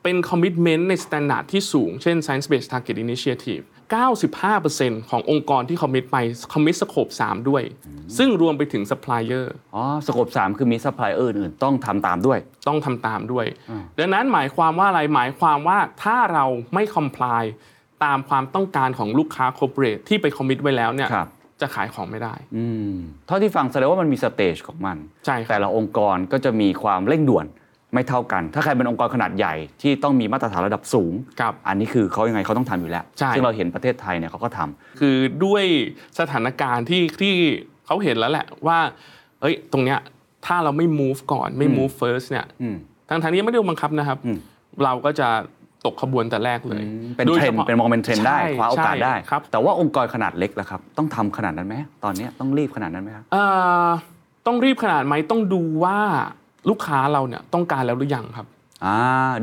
[SPEAKER 1] เป็นคอมมิ t เมนต์ในสแตนดาร์ดที่สูง เช่น Science Based Target Initiative 95%ขององค์กรที่คอมมิตไปคอมมิตสโคป3ด้วย ซึ่งรวมไปถึงซัพพลายเออร์
[SPEAKER 2] อ๋อสโคปสามคือมีซัพพลายเออร์อื่นๆต้องทำตามด้วย
[SPEAKER 1] ต้องทำตามด้วย ดังนั้นหมายความว่าอะไรหมายความว่าถ้าเราไม่คอมพลายตามความต้องการของลูกค้าคอร์ปอเรทที่ไปคอมมิตไว้แล้วเนี่ย
[SPEAKER 2] ครับ
[SPEAKER 1] จะขายของไม่ได้
[SPEAKER 2] เท่าที่ฟังแสดงว่ามันมีสเตจของมัน
[SPEAKER 1] ใช่ครับ
[SPEAKER 2] แต่ละองค์กรก็จะมีความเร่งด่วนไม่เท่ากัน ถ้าใครเป็นองค์กรขนาดใหญ่ที่ต้องมีมาตรฐานระดับสูง
[SPEAKER 1] ครับ
[SPEAKER 2] อันนี้คือเขายังไงเขาต้องทำอยู่แล้ว
[SPEAKER 1] ใช่
[SPEAKER 2] ซึ่งเราเห็นประเทศไทยเนี่ยเขาก็ทำ
[SPEAKER 1] คือด้วยสถานการณ์ที่ที่เขาเห็นแล้วแหละว่าเอ้ยตรงเนี้ยถ้าเราไม่ move ก่อนไม่ move first เนี่ยทางทางๆนี้ไม่ได้บังคับนะครับ เราก็จะตกขบวนแต่แรกเลย
[SPEAKER 2] เป็น
[SPEAKER 1] โดย
[SPEAKER 2] เทรน
[SPEAKER 1] ฉ
[SPEAKER 2] ด์
[SPEAKER 1] พาะ
[SPEAKER 2] เป็นมองเป็นเทรนด์ได้
[SPEAKER 1] ใช่
[SPEAKER 2] คว้าโอกาสได้
[SPEAKER 1] ใช่ครับ
[SPEAKER 2] แต่ว่าองค์กรขนาดเล็กล่ะครับ ต้องทำขนาดนั้นไหมตอนเนี้ยต้องรีบขนาดนั้นไหมครับ
[SPEAKER 1] เอ่อต้องรีบขนาดไหมต้องดูว่าลูกค้าเราเนี่ยต้องการแล้วหรือยังครับ
[SPEAKER 2] อ่า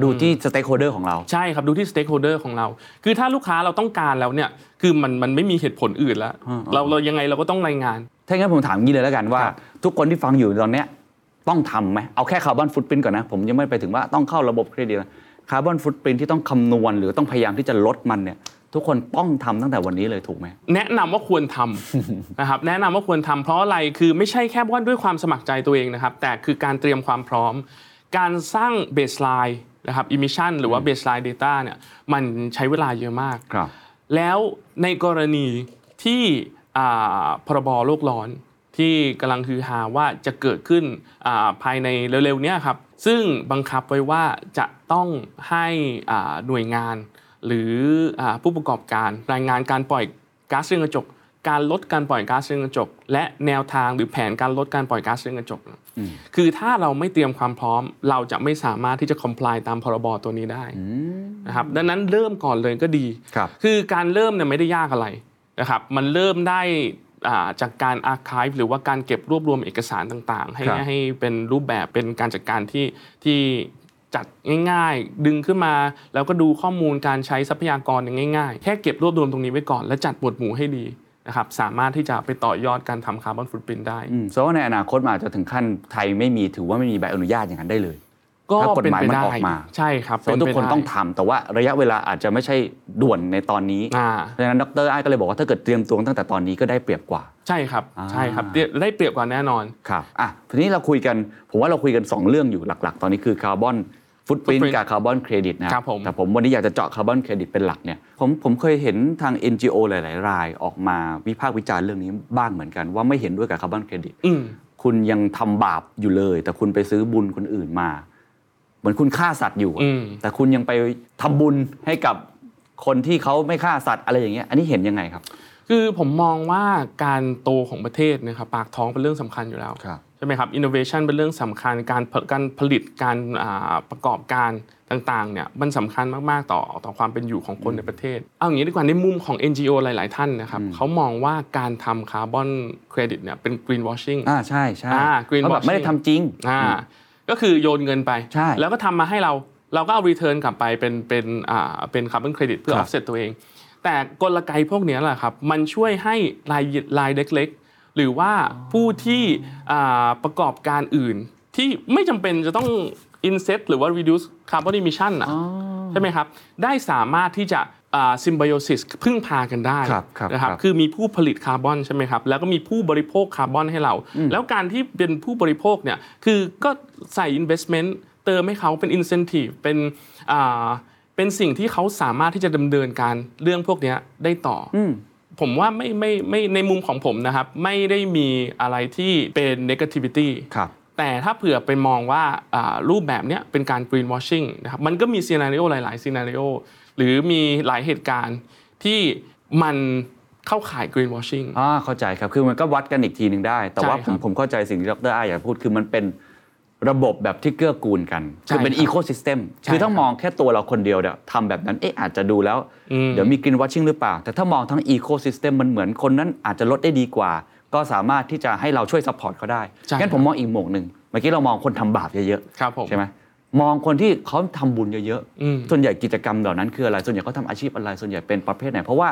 [SPEAKER 2] ดูที่สเต็กโฮเดอร์ของเรา
[SPEAKER 1] ใช่ครับ ดูที่ stakeholder ของเรา คือถ้าลูกค้าเราต้องการแล้วเนี่ยคือมันมันไม่มีเหตุผลอื่นแล้ว เราเรายังไงเราก็ต้องรายงาน
[SPEAKER 2] ถ้างั้นผมถามงี้เลยแล้วกันว่า ทุกคนที่ฟังอยู่ตอนเนี้ยต้องทำไหมเอาแค่คาร์บอนฟุตปรินก่อนนะ ผมยังไม่ไปถึงว่าต้องเข้าระบบเครดิตคาร์บอนฟุตปรินที่ต้องคำนวณ หรือต้องพยายามที่จะลดมันเนี่ยทุกคนต้องทำตั้งแต่วันนี้เลยถูกไหม
[SPEAKER 1] แนะนำว่าควรทำ นะครับแนะนำว่าควรทำเพราะอะไรคือไม่ใช่แค่ว่าด้วยความสมัครใจตัวเองนะครับ แต่คือการเตรียมความพร้อม การสร้างเบสไลน์นะครับอิมิชันหรือว่าเบสไลน์ Data เนี่ยมันใช้เวลาเยอะมาก
[SPEAKER 2] ครับ
[SPEAKER 1] แล้วในกรณีที่อ่าพรบโลกร้อนที่กำลังฮือฮาว่าจะเกิดขึ้นอ่าภายในเร็วๆเนี้ครับ ซึ่งบังคับไว้ว่าจะต้องให้อ่าหน่วยงาน หรืออาผู้ประกอบการรายงานการปล่อยก๊าซเรือนกระจก การลดการปล่อยก๊าซเรือนกระจก และแนวทางหรือแผนการลดการปล่อยก๊าซเรือนกระจก คือถ้าเราไม่เตรียมความพร้อม เราจะไม่สามารถที่จะ comply ตามพรบตัวนี้ได้นะครับดังนั้นเริ่มก่อนเลยก็ดี
[SPEAKER 2] ครับ
[SPEAKER 1] คือการเริ่มเนี่ยไม่ได้ยากอะไรนะครับ มันเริ่มได้อ่าจากการอาร์ค v e หรือว่าการเก็บรวบรวมเอกสารต่างๆ ให้
[SPEAKER 2] ครับ
[SPEAKER 1] ให้เป็นรูปแบบเป็นการจัดการที่ที่จัดง่ายๆ ดึงขึ้นมา แล้วก็ดูข้อมูลการใช้ทรัพยากรอย่างง่ายๆ แค่เก็บรวบรวมตรงนี้ไว้ก่อน และจัดหมวดหมู่ให้ดีนะครับสามารถที่จะไปต่อยอดการทำคาร์บอนฟุตปรินได้
[SPEAKER 2] อืมแสดงว่าในอนาคตมันอาจจะถึงขั้นไทยไม่มีถือว่าไม่มีใบอนุญาตอย่างนั้นได้เลย
[SPEAKER 1] ก็
[SPEAKER 2] ถ้ากฎ
[SPEAKER 1] เป็น
[SPEAKER 2] หมาย
[SPEAKER 1] ไป
[SPEAKER 2] มัน
[SPEAKER 1] ได้
[SPEAKER 2] ออกมา
[SPEAKER 1] ใช่ครับ
[SPEAKER 2] ซึ่งทุกค
[SPEAKER 1] เป็
[SPEAKER 2] น
[SPEAKER 1] ไปได้
[SPEAKER 2] ต้องทำแต่ว่าระยะเวลาอาจจะไม่ใช่ด่วนในตอนนี้
[SPEAKER 1] อ่า
[SPEAKER 2] เพราะฉะนั้นดรไอ้ายก็เลยบอกว่าถ้าเกิดเตรียมตัวตั้งแต่ตอนนี้ก็ได้เปรียบกว่า
[SPEAKER 1] ใช่ครับ
[SPEAKER 2] อ่า
[SPEAKER 1] ใช่ครับได้ได้เปรียบกว่าแน่นอน
[SPEAKER 2] ครับอ่ะทีนี้เราคุยกัน ผมว่าเราคุยกัน 2 เรื่องอยู่หลัก ๆ ตอนนี้คือคาร์บอนฟุตปริน
[SPEAKER 1] Footprint
[SPEAKER 2] กับคาร์บอนเครดิตนะครับ
[SPEAKER 1] ผม
[SPEAKER 2] แต่ผมวันนี้อยากจะเจาะคาร์บอนเครดิตเป็นหลักเนี่ยผมผมเคยเห็นทาง NGO หลาย ๆ รายออกมาวิพากษ์วิจารณ์เรื่องนี้บ้างเหมือนกัน ว่าไม่เห็นด้วยกับคาร์บอนเครดิต
[SPEAKER 1] อืม
[SPEAKER 2] คุณยังทำบาปอยู่เลย แต่คุณไปซื้อบุญคนอื่นมา เหมือนคุณฆ่าสัตว์อยู่อะ
[SPEAKER 1] อืม
[SPEAKER 2] แต่คุณยังไปทำบุญให้กับคนที่เขาไม่ฆ่าสัตว์อะไรอย่างเงี้ยอันนี้เห็นยังไงครับ
[SPEAKER 1] คือผมมองว่าการโตของประเทศนะครับปากท้องเป็นเรื่องสำคัญอยู่แล้ว ใช่ไหมครับ innovation เป็นเรื่องสำคัญ การผลการผลิต การอ่าประกอบการต่างๆ เนี่ย มันสำคัญมาก ๆ ต่อต่อความเป็นอยู่ของคนในประเทศ เอาอย่างนี้ดีกว่า ในมุมของ NGO หลาย ๆ ท่านนะครับ เขามองว่าการทำคาร์บอนเครดิตเนี่ย เป็น green washing
[SPEAKER 2] อ่าใช่ใช่
[SPEAKER 1] อ่า green
[SPEAKER 2] เขาแบบไม่ได้
[SPEAKER 1] washing
[SPEAKER 2] ทำจริง
[SPEAKER 1] อ่า ก็คือโยนเงินไป
[SPEAKER 2] ใช่
[SPEAKER 1] แล้วก็ทำมาให้เรา เราก็เอา return กลับไปเป็นเป็นอ่าเป็นคาร์บอนเครดิตเพื่อ
[SPEAKER 2] ครับ
[SPEAKER 1] offset ตัวเอง แต่กลไกพวกเนี้ยแหละครับ มันช่วยให้รายรายเล็กๆ หรือว่าผู้ที่อ่าประกอบการอื่น ที่ไม่จำเป็นจะต้อง inset หรือว่า reduce carbon emission อ่ะใช่ไหมครับ ได้สามารถที่จะอ่า symbiosis พึ่งพากันได้
[SPEAKER 2] ครับครับ
[SPEAKER 1] นะครับ
[SPEAKER 2] ครับ
[SPEAKER 1] คือมีผู้ผลิตคาร์บอนใช่ไหมครับ แล้วก็มีผู้บริโภคคาร์บอนให้เรา แล้วการที่เป็นผู้บริโภคเนี่ยคือก็ใส่ investment เติมให้เขาเป็น incentive เป็นอ่าเป็นสิ่งที่เขาสามารถที่จะดำเนินการเรื่องพวกเนี้ยได้ต่ออผมว่าไม่ไม่ไม่ในมุมของผมนะครับ ไม่ได้มีอะไรที่เป็น negativity
[SPEAKER 2] ครับ
[SPEAKER 1] แต่ถ้าเผื่อไปมองว่าอ่ารูปแบบเนี้ยเป็นการ greenwashing นะครับมันก็มีซีนารีโอหลาย ๆ ซีนารีโอหรือมีหลายเหตุการณ์ที่มันเข้าข่าย greenwashing
[SPEAKER 2] อ่าเข้าใจครับ คือมันก็วัดกันอีกทีหนึ่งได้ แต่ว่า
[SPEAKER 1] ใช่
[SPEAKER 2] ผ
[SPEAKER 1] ครั
[SPEAKER 2] ม
[SPEAKER 1] บ
[SPEAKER 2] ผมเข้าใจสิ่งที่ดรอ้ายอยากพูดคือมันเป็นระบบแบบที่เกื้อกูลกัน
[SPEAKER 1] ใช่
[SPEAKER 2] คือเป็น
[SPEAKER 1] ครับ
[SPEAKER 2] อีโค y ิสเต็ม
[SPEAKER 1] ใช่
[SPEAKER 2] คือถ้า
[SPEAKER 1] ครับ
[SPEAKER 2] มองแค่ตัวเราคนเดียวเนี่ยทำแบบนั้นเอ๊ะอาจจะดูแล้ว เดี๋ยวมีก e นว w ชชิ n งหรือเปล่า แต่ถ้ามองทั้งอีโค y ิสเต็มมันเหมือนคนนั้นอาจจะลดได้ดีกว่า ก็สามารถที่จะให้เราช่วยซัพพอร์ตเขาได้
[SPEAKER 1] ใช่
[SPEAKER 2] งั้นผมมองอีกหมวกหนึ่งเมื่อกี้เรามองคนทำบาปเยอะ
[SPEAKER 1] ครับผม
[SPEAKER 2] ใช่ไหมมองคนที่เขาทำบุญเยอะ
[SPEAKER 1] อืม
[SPEAKER 2] ส่วนใหญ่กิจกรรมเหล่านั้นคืออะไรส่วนใหญ่เขาทำอาชีพอะไรส่วนใหญ่เป็นประเภทไหน เพราะว่า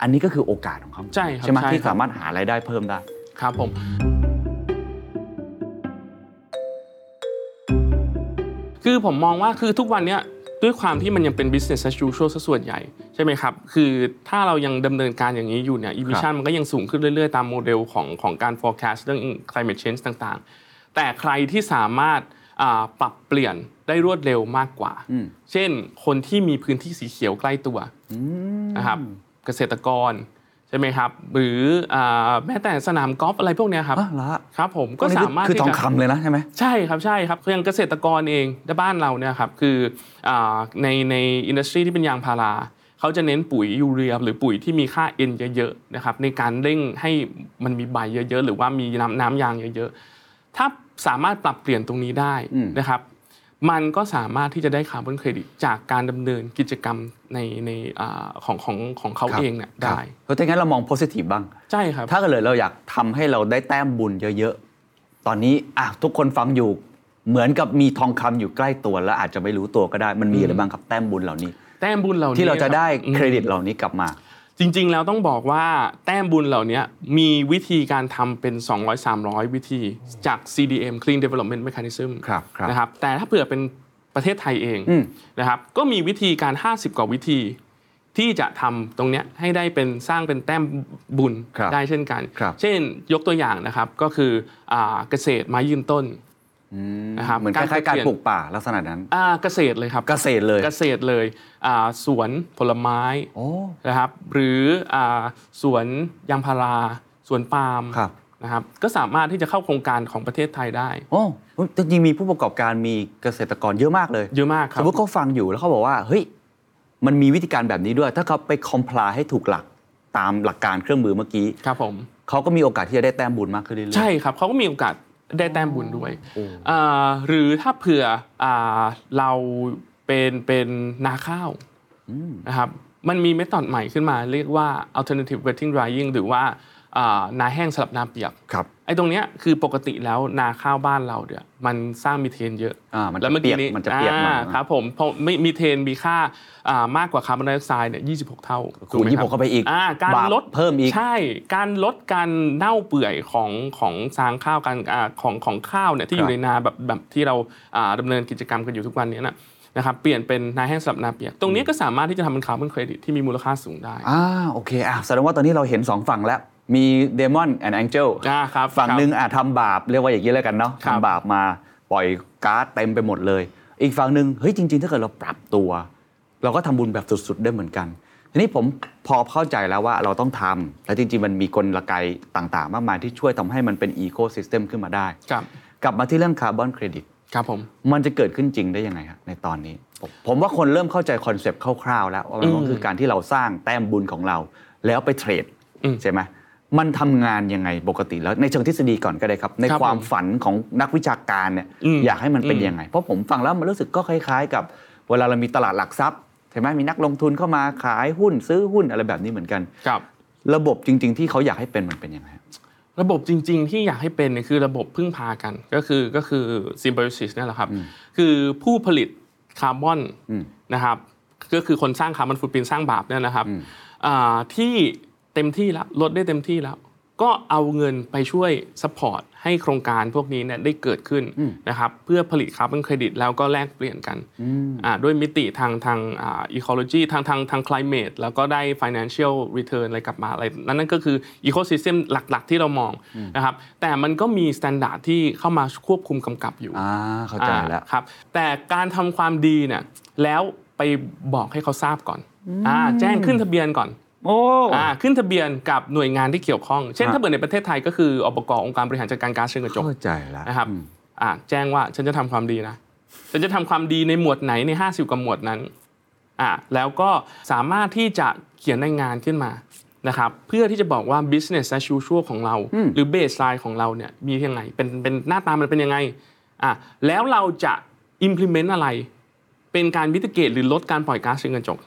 [SPEAKER 2] อันนี้ก็คือโอกาสของเขา
[SPEAKER 1] ใช่ครับ
[SPEAKER 2] ใช่ไหม
[SPEAKER 1] ใช่
[SPEAKER 2] ที่
[SPEAKER 1] ครับ
[SPEAKER 2] สามารถหารายได้เพิ่มได้
[SPEAKER 1] ครับผม คือผมมองว่าคือทุกวันเนี้ยด้วยความที่มันยังเป็น business as usual ซะส่วนใหญ่ใช่ไหมครับ คือถ้าเรายังดำเนินการอย่างนี้อยู่เนี่ย emission มันก็ยังสูงขึ้นเรื่อยๆ ตามโมเดลของของการ forecast เรื่อง climate change ต่างๆ แต่ใครที่สามารถอ่าปรับเปลี่ยนได้รวดเร็วมากกว่า เช่น คนที่มีพื้นที่สีเขียวใกล้ตัวนะครับเกษตรกรใช่ไหมครับ หรืออ่าแม้แต่สนามกอล์ฟอะไรพวกเนี้ยครับ
[SPEAKER 2] อ่ะเหรอฮะ
[SPEAKER 1] ครับผมก็สามารถ
[SPEAKER 2] คือ
[SPEAKER 1] ที่
[SPEAKER 2] ทอง
[SPEAKER 1] จะ
[SPEAKER 2] คำเลยนะใช่ไหม
[SPEAKER 1] ใช่ครับใช่ครับคืออย่างเกษตรกรเองในบ้านเราเนี่ยครับคืออาในในอินดัสทรีที่เป็นยางพาราเขาจะเน้นปุ๋ยยูเรียหรือปุ๋ยที่มีค่าเอ็นเยอะๆนะครับในการเร่งให้มันมีใบเยอะๆ หรือว่ามีน้ำน้ำยางเยอะๆ ถ้าสามารถปรับเปลี่ยนตรงนี้ได้นะครับ มันก็สามารถที่จะได้คาร์บอนเครดิตจากการดำเนินกิจกรรมในในอาของของของเขา
[SPEAKER 2] ครับ
[SPEAKER 1] เองเนี่ยได้
[SPEAKER 2] เพราะถ้างั้นเรามองโพสิทีฟบ้าง
[SPEAKER 1] ใช่ครับ
[SPEAKER 2] ถ้าเกิดเลยเราอยากทำให้เราได้แต้มบุญเยอะๆ ตอนนี้อ่ะทุกคนฟังอยู่ เหมือนกับมีทองคำอยู่ใกล้ตัวแล้วอาจจะไม่รู้ตัวก็ได้ มันมีอะไรบ้างครับแต้มบุญเหล่านี้
[SPEAKER 1] แต้มบุญเหล่านี้
[SPEAKER 2] ที่เราจะได้
[SPEAKER 1] บอืม
[SPEAKER 2] เครดิตเหล่านี้กลับมา
[SPEAKER 1] จริงๆ แล้วต้องบอกว่าแต้มบุญเหล่านี้มีวิธีการทำเป็น 200-300 วิธีจาก CDM Clean Development Mechanism
[SPEAKER 2] ครับครับ
[SPEAKER 1] นะครับแต่ถ้าเผื่อเป็นประเทศไทยเอง
[SPEAKER 2] อืม
[SPEAKER 1] นะครับก็มีวิธีการ 50 กว่าวิธี ที่จะทำตรงเนี้ยให้ได้เป็นสร้างเป็นแต้มบุญ
[SPEAKER 2] ครับ
[SPEAKER 1] ได้เช่นกัน
[SPEAKER 2] ครับ
[SPEAKER 1] เช่นยกตัวอย่างนะครับก็คืออาเกษตรไม้ยืนต้น นะครับ
[SPEAKER 2] เหมือนคล้ายๆการ
[SPEAKER 1] การเปลี่ยน
[SPEAKER 2] ปลูกป่าลักษณะนั้น
[SPEAKER 1] อ่าเกษตรเลยครับ
[SPEAKER 2] เกษตรเลย
[SPEAKER 1] เกษตรเลยอ่าสวนผลไม้
[SPEAKER 2] โอ้
[SPEAKER 1] นะครับหรืออาสวนยางพาราสวนปาล์ม
[SPEAKER 2] ครับ
[SPEAKER 1] นะครับก็สามารถที่จะเข้าโครงการของประเทศไทยได้
[SPEAKER 2] โอ้จริงๆมีผู้ประกอบการมีเกษตรกรเยอะมากเลย
[SPEAKER 1] เยอะมากค
[SPEAKER 2] ส
[SPEAKER 1] รับ
[SPEAKER 2] มมติเขาฟังอยู่แล้วเขาบอกว่าเฮ้ยมันมีวิธีการแบบนี้ด้วย ถ้าเขาไปคอมพลาให้ถูกหลักตามหลักการเครื่องมือเมื่อกี้
[SPEAKER 1] ครับผม
[SPEAKER 2] เขาก็มีโอกาสที่จะได้แต้มบุญมากขึ้นเรื่อยๆ
[SPEAKER 1] ใช่ครับเขาก็มีโอกาสได้แต้มบุญด้วยอ่าหรือถ้าเผื่ออาเราเป็นเป็นนาข้าวนะครับมันมีเมธอดใหม่ขึ้นมาเรียกว่า alternative wetting drying หรือว่า อ่านาแห้งสลับนาเปียก
[SPEAKER 2] ครับ
[SPEAKER 1] ไอ้ตรงเนี้ยคือปกติแล้วนาข้าวบ้านเราเนี่ยมันสร้างมีเทนเยอะ
[SPEAKER 2] อ่ามันจะ
[SPEAKER 1] แล้วเมื่อกี้นี้
[SPEAKER 2] เปียกมันจะเปียกมาก
[SPEAKER 1] อ่ครับผมเพราะมีมีเทนมีค่าอ่ามากกว่าคาร์บอนไดออกไซด์เนี่ย26 เท่า
[SPEAKER 2] คูณ
[SPEAKER 1] ถูห
[SPEAKER 2] ยี่
[SPEAKER 1] ม
[SPEAKER 2] หกเข้าไปอีก
[SPEAKER 1] อ่าการ
[SPEAKER 2] บป
[SPEAKER 1] ลด
[SPEAKER 2] เพิ่มอีก
[SPEAKER 1] ใช่ การลดการเน่าเปื่อยของของซางข้าวการอ่าของของข้าวเนี่ยที่
[SPEAKER 2] ครับ
[SPEAKER 1] อยู่ในนาแบบแบบที่เราอ่าดำเนินกิจกรรมกันอยู่ทุกวันเนี้ยนะนะครับเปลี่ยนเป็นนาแห้งสลับนาเปียก ตรงนี้ก็สามารถที่จะทำเป็นคาร์บอนเครดิตที่มีมูลค่าสูงได้
[SPEAKER 2] อ่าโอเคอ่ะแสดงว่าตอนนี้เราเห็นสองฝั่งแล้ว มีเดมอนแอนด์แองเจล
[SPEAKER 1] อ่าครับ
[SPEAKER 2] ฝั่ง
[SPEAKER 1] ครับ
[SPEAKER 2] หนึ่งอ่ะทำบาปเรียกว่าอย่างนี้แล้วกันเนาะ
[SPEAKER 1] ครับ
[SPEAKER 2] ทำบาปมาปล่อยก๊าซเต็มไปหมดเลย อีกฝั่งหนึ่งเฮ้ยจริง ๆ ถ้าเกิดเราปรับตัว เราก็ทำบุญแบบสุด ๆ ได้เหมือนกัน ทีนี้ผมพอเข้าใจแล้วว่าเราต้องทำและจริง ๆ มันมีกลไกต่างๆ มากมายที่ช่วยทำให้มันเป็นอีโคซิสเต็มขึ้นมาได้
[SPEAKER 1] ครับ
[SPEAKER 2] กลับมาที่เรื่องคาร์บอนเครดิต
[SPEAKER 1] ครับผม
[SPEAKER 2] มันจะเกิดขึ้นจริงได้ยังไงฮะในตอนนี้ผมผมว่าคนเริ่มเข้าใจคอนเซปต์คร่าวๆแล้วว่ามันก็
[SPEAKER 1] อืม
[SPEAKER 2] คือการที่เราสร้างแต้มบุญของเรา แล้วไปเทรด
[SPEAKER 1] อืม
[SPEAKER 2] ใช่ไหมมันทำงานยังไงปกติแล้วในเชิงทฤษฎีก่อนก็ได้ครับ ใน
[SPEAKER 1] ครับ
[SPEAKER 2] ควา
[SPEAKER 1] ผ
[SPEAKER 2] ม
[SPEAKER 1] ม
[SPEAKER 2] ฝันของนักวิชาการเนี่ย
[SPEAKER 1] อืม
[SPEAKER 2] อยากให้มันเป็น
[SPEAKER 1] อืม
[SPEAKER 2] ยังไง เพราะผมฟังแล้วมันรู้สึกก็คล้าย ๆ กับเวลาเรามีตลาดหลักทรัพย์ใช่ไหมมีนักลงทุนเข้ามาขายหุ้นซื้อหุ้นอะไรแบบนี้เหมือนกัน
[SPEAKER 1] ครับ
[SPEAKER 2] ระบบจริง ๆ ที่เขาอยากให้เป็นมันเป็นยังไงฮะ
[SPEAKER 1] ระบบจริง ๆ ที่อยากให้เป็นเนี่ยคือระบบพึ่งพากันก็คือก็คือ symbiosis เนี่ยแหละครับ คือผู้ผลิตคาร์บอน
[SPEAKER 2] อืม
[SPEAKER 1] นะครับก็คือคนสร้างคาร์บอนฟุตปรินท์สร้างบาปเนี่ยนะครับ
[SPEAKER 2] อืม
[SPEAKER 1] อ่าที่เต็มที่แล้วลดได้เต็มที่แล้ว ก็เอาเงินไปช่วยสปอร์ตให้โครงการพวกนี้เนี่ยได้เกิดขึ้นนะครับเพื่อผลิตคาร์บอนเครดิตแล้วก็แลกเปลี่ยนกันอ่าด้วยมิติทางทางอ่า ecology ทางทางทาง climate แล้วก็ได้ financial return อะไรกลับมาอะไรนั่นนั่นก็คือ ecosystem หลักๆ ที่เรามองนะครับแต่มันก็มี standard ที่เข้ามาควบคุมกำกับอยู่
[SPEAKER 2] อ่าเข้าใจแล้ว
[SPEAKER 1] อ่าครับแต่การทำความดีเนี่ยแล้วไปบอกให้เขาทราบก่อนอ่าแจ้งขึ้นทะเบียนก่อน
[SPEAKER 2] โอ้
[SPEAKER 1] อ่าขึ้นทะเบียนกับหน่วยงานที่เกี่ยวข้อง เช่น
[SPEAKER 2] ฮะ
[SPEAKER 1] ถ้าเกิดในประเทศไทยก็คืออปกองค์การบริหารจัดการก๊าซเรือนกระจก
[SPEAKER 2] เข้าใจแล้ว
[SPEAKER 1] นะครับอ่าแจ้งว่าฉันจะทำความดีนะฉันจะทำความดีในหมวดไหนใน 50กว่าหมวดนั้นอ่าแล้วก็สามารถที่จะเขียนในงานขึ้นมานะครับเพื่อที่จะบอกว่า business as usual ของเรา หรือ baseline ของเราเนี่ยมียังไงเป็นเป็นหน้าตามันเป็นยังไง อ่ะแล้วเราจะ implement อะไร เป็นการมิติเกตหรือลดการปล่อยก๊าซเรือนกระจก